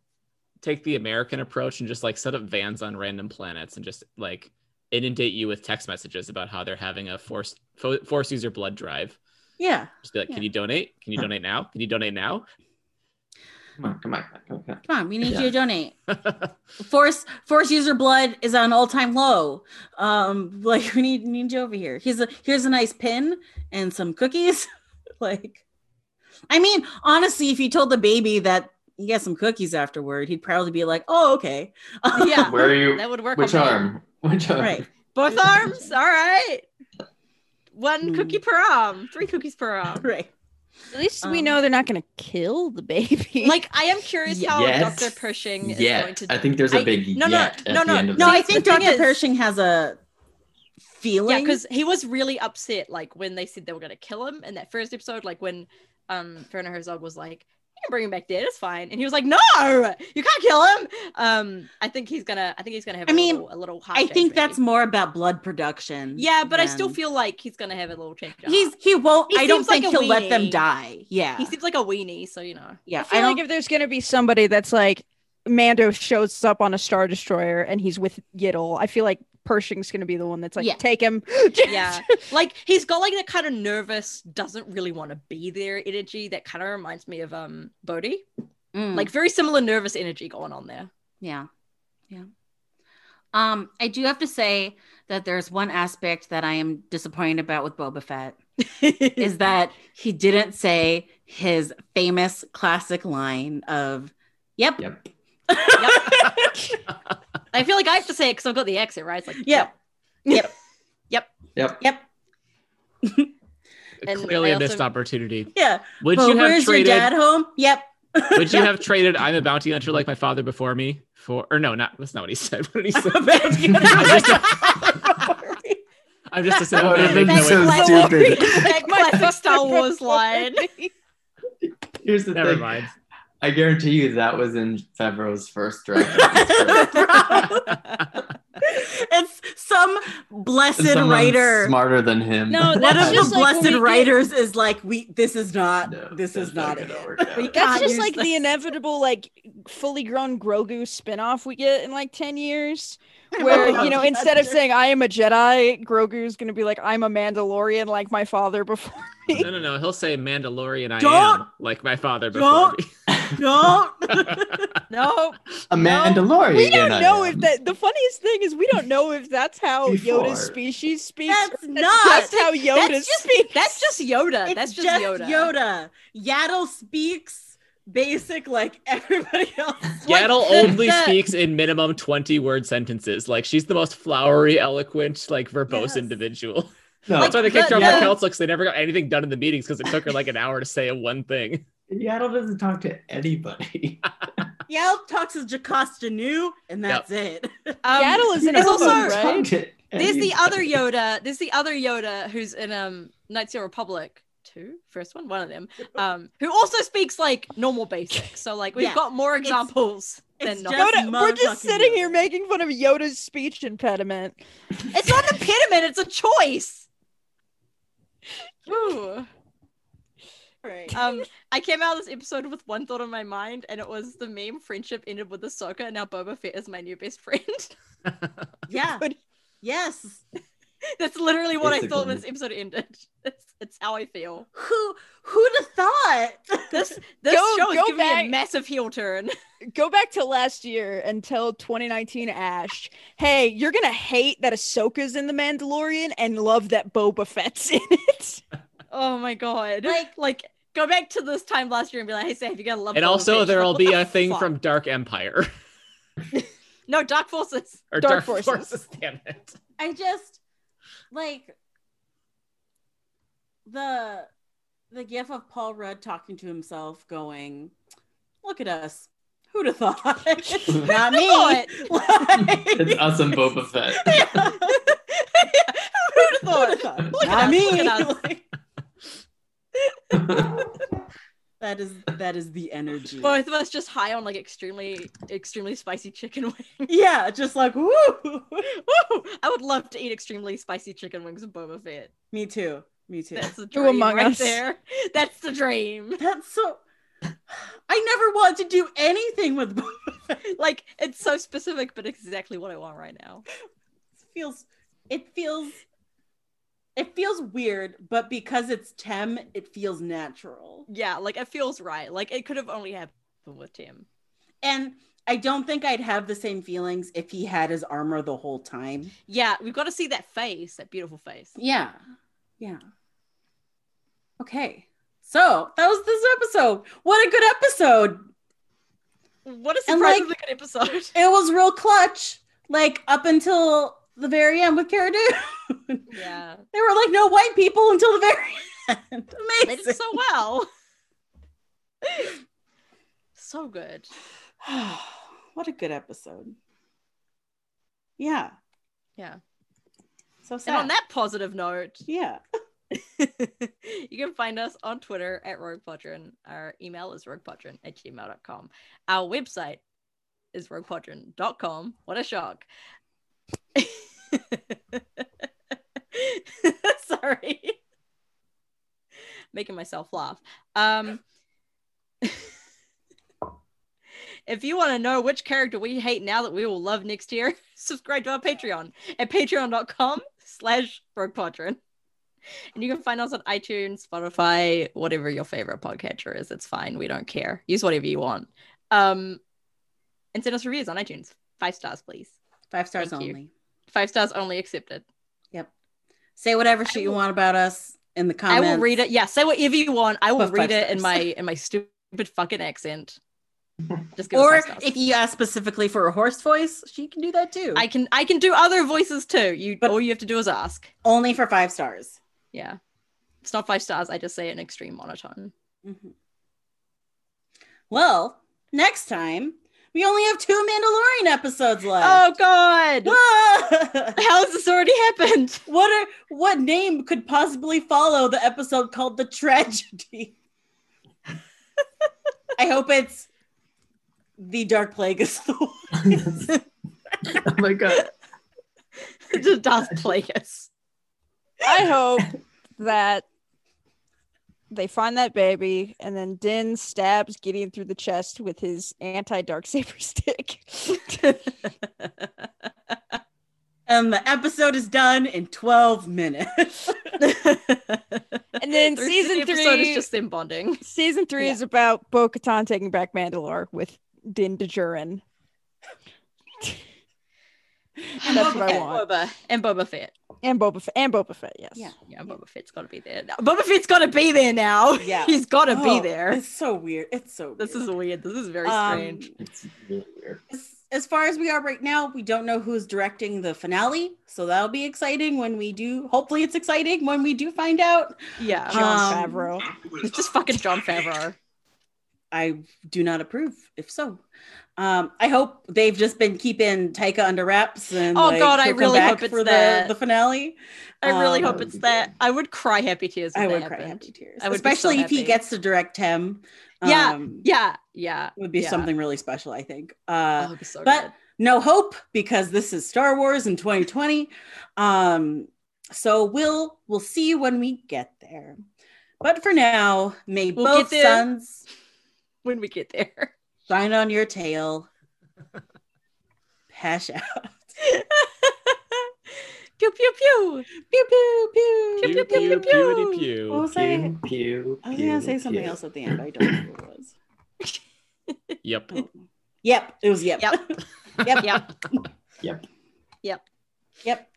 take the American approach and just like set up vans on random planets and just like inundate you with text messages about how they're having a forced fo- force user blood drive. yeah. Just be like, Yeah. [LAUGHS] can you donate? Can you donate now? Can you donate now? Come on, come on, come on, come on. Come on, we need Yeah. you to donate. Force force user blood is at an all time low. Um, like [LAUGHS] we need need you over here. Here's a here's a nice pin and some cookies. [LAUGHS] like, I mean, honestly, if you told the baby that you get some cookies afterward, he'd probably be like, "Oh, okay." [LAUGHS] Yeah. Where are you? That would work. Which on me. arm? Which arm? right. Both arms. All right. One Hmm. cookie per arm. Three cookies per [LAUGHS] arm. Right. [LAUGHS] At least we Um, know they're not going to kill the baby. Like I am curious how Yet. Dr. Pershing is going Yet. to I think there's I- a big no, no, yet no, at no, the end of No, this. I think the thing Dr. [LAUGHS] is- Pershing has a yeah feeling. because he was really upset like when they said they were going to kill him in that first episode like when um Werner Herzog was like you can bring him back dead it's fine and he was like no you can't kill him um I think he's gonna I think he's gonna have I a mean, little, a little heart I change, think maybe. that's more about blood production. yeah but I still than- feel like he's gonna have a little change of he's he won't. He I don't seems like think a he'll let them weenie. die. Yeah. heart. he seems like a weenie so you know I yeah. feel like if there's going to be somebody that's like Mando shows up on a star destroyer and he's with Yiddle, I feel like Pershing's going to be the one that's like, Yeah. take him. [LAUGHS] yeah like he's got like that kind of nervous doesn't really want to be there energy that kind of reminds me of um Bodhi Mm. like very similar nervous energy going on there Yeah. Yeah. Um, I do have to say that there's one aspect that I am disappointed about with Boba Fett [LAUGHS] is that he didn't say his famous classic line of yep. Yep. I feel like I have to say it because I've got the accent, right? It's like, Yep. Yep. Yep. And Clearly I a missed also- opportunity. Yeah. Would Well, you have where's your dad traded? home? Yep. [LAUGHS] [LAUGHS] Would you have traded? I'm a bounty hunter like my father before me for? Or no, not that's not what he said. [LAUGHS] What did he [LAUGHS] say? I'm just a- I'm just a Oh, That would have cinematic. been No, so wait, [LAUGHS] stupid. that classic Star Wars line. Here's the Never thing. mind. I guarantee you that was in Favreau's first draft. [LAUGHS] it's some blessed Someone writer. smarter than him. No, One That's of the just like when blessed we get- writers is like, we this is not [LAUGHS] No, this that's is not it. gonna work out. We That's can't just use like this. the inevitable, like fully grown Grogu spinoff we get in like 10 years. Where, you know, instead of saying I am a Jedi, Grogu's going to be like, I'm a Mandalorian like my father before. [LAUGHS] No, no, no. He'll say Mandalorian. I Don't- am like my father before don't- me. don't No, A Mandalorian. We don't I know am. if that. The funniest thing is we don't know if that's how Before. Yoda's species speaks. or that's if not just how Yoda that's just- speaks. that's just Yoda. that's just, Yoda. Yoda. Yaddle speaks basic like everybody [LAUGHS] else. Like, Yaddle the- only the- speaks in minimum 20 word sentences. Like she's the most flowery, eloquent, like verbose Yes. individual. No, That's why they kicked her off the- the council because they never got anything done in the meetings because it took her like an hour to say one thing. Yaddle doesn't talk to anybody. Yaddle talks as Jocasta New, and that's it. [LAUGHS] Um, Yaddle is an there's elf, also right? there's the other Yoda. There's the other Yoda who's in um Knights of the Republic. Two, first one, one of them, um, who also speaks like normal basic. So like we've Yeah. got more examples it's than not. just- Yoda, we're just motherfucking sitting here Yoda. making fun of Yoda's speech impediment. It's not an impediment. It's a choice. Ooh. Right. uh, Um, I came out of this episode with one thought on my mind, and it was the meme friendship ended with Ahsoka, and now Boba Fett is my new best friend. [LAUGHS] yeah. Good. Yes. [LAUGHS] That's literally what I thought when Basically. this episode ended. [LAUGHS] It's, it's how I feel. Who who'd have thought? [LAUGHS] This this Go- show is go giving me back. a massive heel turn. [LAUGHS] Go back to last year and tell 2019 Ash, hey, you're gonna hate that Ahsoka's in the Mandalorian and love that Boba Fett's [LAUGHS] in it. Oh my god! Like like go back to this time last year and be like, hey Saf, you gotta love. And Boba Fett." also, She's there'll like, be "What the a thing fuck?" from Dark Empire no Dark Forces. or Dark Dark, Forces. Forces. [LAUGHS] Damn it. I just like the the gif of Paul Rudd talking to himself, going, "Look at us. Who'd have thought? [LAUGHS] Not me. Thought. [LAUGHS] [LAUGHS] It's Like- us and Boba Fett. Who'd have thought? Look at Not us, me. look at us. Like, that is that is the energy. Both of us just high on like extremely, extremely spicy chicken [LAUGHS] wings. yeah, just like woo. Woo! I would love to eat extremely spicy chicken wings with Boba Fett. me too. Me too. That's the Who dream among right us? there. That's the dream. That's so. I never want to do anything with. Like it's so specific, but exactly what I want right now. feels it feels it feels weird but because it's tem it feels natural Yeah, like it feels right. Like it could have only happened with Tim. And I don't think I'd have the same feelings if he had his armor the whole time. Yeah, we've got to see that face, that beautiful face. Yeah. Yeah. Okay. So that was this episode. What a good episode. What a And, surprisingly like- [LAUGHS] good episode. It was real clutch, like up until the very end with Cara Dune. [LAUGHS] Yeah. They were like no white people until the very [LAUGHS] end. They Amazing. did so [LAUGHS] well. so good. [SIGHS] what a good episode. Yeah. Yeah. So And sad. on that positive note, yeah. [LAUGHS] you can find us on Twitter at Rogue Podron. Our email is roguepodron at gmail.com. Our website is roguepodron.com. What a shock. [LAUGHS] Sorry. Making myself laugh. Um, [LAUGHS] if you want to know which character we hate now that we will love next year, [LAUGHS] subscribe to our Patreon at patreon.com slash roguepodron. And you can find us on iTunes, Spotify, whatever your favorite podcatcher is. It's fine. We don't care. Use whatever you want. Um, and send us reviews on iTunes. Five stars, please. Five stars Thank you. only. Five stars only accepted. Say whatever shit you will- want about us in the comments. I will read it. Yeah, say whatever you want. I will But five read it in stars. my [LAUGHS] in my stupid fucking accent. Just give Or us five stars. if you ask specifically for a horse voice, she can do that too. I can I can do other voices too. You But- all you have to do is ask. only for five stars. Yeah. It's not five stars. I just say it in extreme monotone. Mhm. Well, next time we only have two Mandalorian episodes left. Oh god. Whoa! How has this already happened? [LAUGHS] what are, what name could possibly follow the episode called the tragedy? [LAUGHS] I hope it's the Dark Plague is the one. [LAUGHS] oh my god. just Darth Plagueis. I hope that they find that baby and then Din stabs Gideon through the chest with his anti dark saber [LAUGHS] stick. and Um, the episode is done in 12 minutes. and then season episode three- is just them bonding. Season three is about Bo Katan taking back Mandalore with Din Djarin. [LAUGHS] And that's what I And want. Boba and Boba Fett. And Boba Fett. And Boba Fett, yes. Yeah. Yeah, Boba Fett's got to be there. Now. Boba Fett's got to be there [LAUGHS] now. [LAUGHS] [LAUGHS] Yeah. He's got to Oh, be there. It's so weird. It's so This weird. is weird. This is very Um, strange. It's really weird. as, as far as we are right now, we don't know who's directing the finale, so that'll be exciting when we do. Hopefully, it's exciting when we do find out. Yeah, Um, John Favreau. it's just fucking John Favreau. I do not approve. If so, um, I hope they've just been keeping Taika under wraps. And Oh, like, God, I he'll come really back hope it's for that. the the finale. I really Um, hope it's that. I would cry happy tears. If I that would cry happened. happy tears, I would be so especially if he happy. gets to direct him. Yeah, um, Yeah, yeah. would be yeah. something really special. I think. Uh, Oh, it'd be so but- good. no hope because this is Star Wars in 2020. Um, so we'll we'll see when we get there. But for now, may We'll both get there. suns when we get there. [LAUGHS] shine on your tail. Hash out. pew pew Pew pew pew. pew. Pew, Pew, pew, pewity, What pew. was I? Pew, pew, I was gonna pew, say something pew. else at the end. I don't know what it was. Yep. [CLEARS THROAT] Yep, it was yep. Yep. [LAUGHS] yep. Yep. Yep. [LAUGHS] Yep.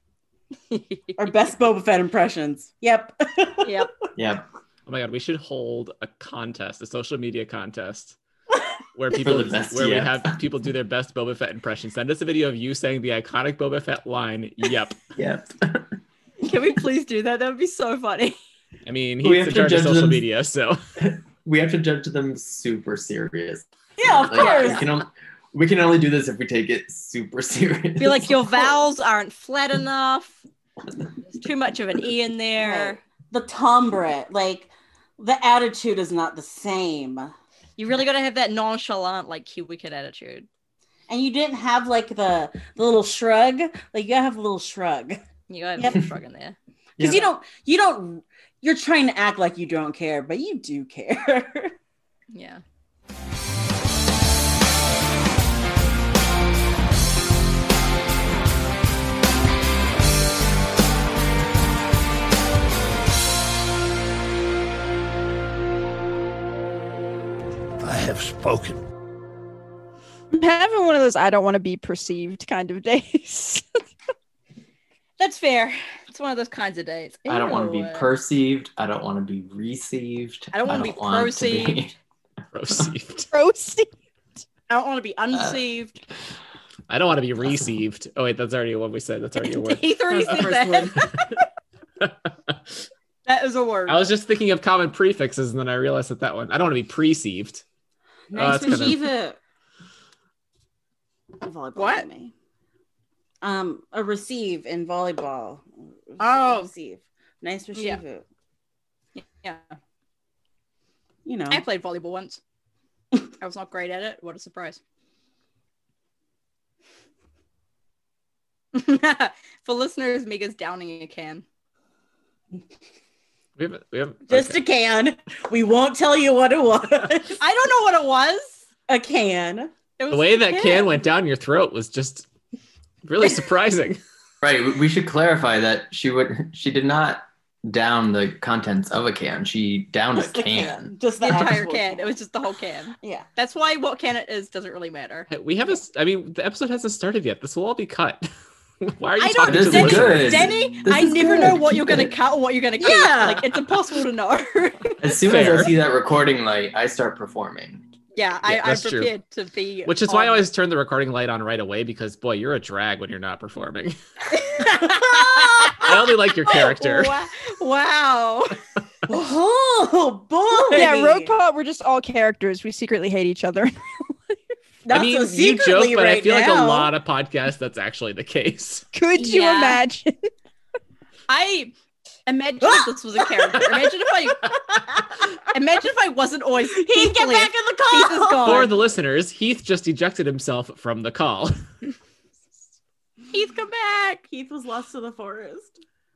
Our best Boba Fett impressions. Yep. yep. Yep. Oh my god, we should hold a contest, a social media contest. Where For people the best, where we yeah. have people do their best Boba Fett impression. Send us a video of you saying the iconic Boba Fett line. Yep. Yep. Can we please do that? That would be so funny. I mean, he's We have in to charge of judge social them. media, so [LAUGHS] we have to judge them super serious. yeah, of Like, course. We can, only, we can only do this if we take it super [LAUGHS] serious. [LAUGHS] Be [LAUGHS] like your vowels aren't flat enough. There's too much of an e in there. The timbre, like the attitude is not the same. You really gotta have that nonchalant, like Kiwi kid attitude. and you didn't have like the the little shrug like you gotta have a little shrug because You gotta Yep. have a little shrug in there. Yeah. you don't you don't you're trying to act like you don't care but you do [LAUGHS] care Yeah. I have spoken. I'm having one of those I don't want to be perceived kind of [LAUGHS] days. That's fair. It's one of those kinds of days. I don't want to be Ew. perceived. I don't want to be received. I don't wanna be want to be- perceived. Received. Proceed. I don't want to be Uh, unseived. I don't want to be received. Oh wait, that's already what we said. That's already a [LAUGHS] word. Heath already That said was that. the first That is a word. I was just thinking of common prefixes, and then I realized that that one. I don't want to be perceived. Uh, Nice that's kinda- receiver. In volleyball, What? I mean. Um, a receive in volleyball. Oh. receive. Nice Yeah. receiver. yeah. You know, I played volleyball once. I was not great at it. What a surprise. [LAUGHS] For listeners, Mega's downing a can. We haven't. We haven't. just okay. a can. We won't tell you what it was. I don't know what it was. a can. It was the way that a can went down your throat was just really surprising. [LAUGHS] [LAUGHS] Right. we- We should clarify that she would. She did not down the contents of a can. She downed a Just the can. Just The the entire actual can. It was just the whole can. Yeah. That's why what can it is doesn't really matter. we haven't. I mean, the episode hasn't started yet. This will all be cut. [LAUGHS] Why are you I don't- talking to This the is Denny, listeners? good. Denny, This I is never know good. what you're [LAUGHS] Keep gonna it. cut and what you're gonna keep. Yeah. Like it's impossible to know. [LAUGHS] As soon Fair. as I see that recording light, I start performing. yeah, I, Yeah, I'm that's true. prepared to be Which is why I on- always turn the recording light on right away because boy, you're a drag when you're not performing. [LAUGHS] I only like your character. Wa- [LAUGHS] Wow. Oh boy. yeah, Rogue Pod, we're just all characters. We secretly hate each other. [LAUGHS] Not I mean, so you joke, secretly but right I feel like a now. lot of podcasts that's actually the case. Could you Yeah. imagine? I imagine if this was a character. Imagine if [LAUGHS] I imagine if I wasn't always He'd get back in the call. Heath is gone. For the listeners, Heath just ejected himself from the call. Heath, come back. Keith was lost to the forest.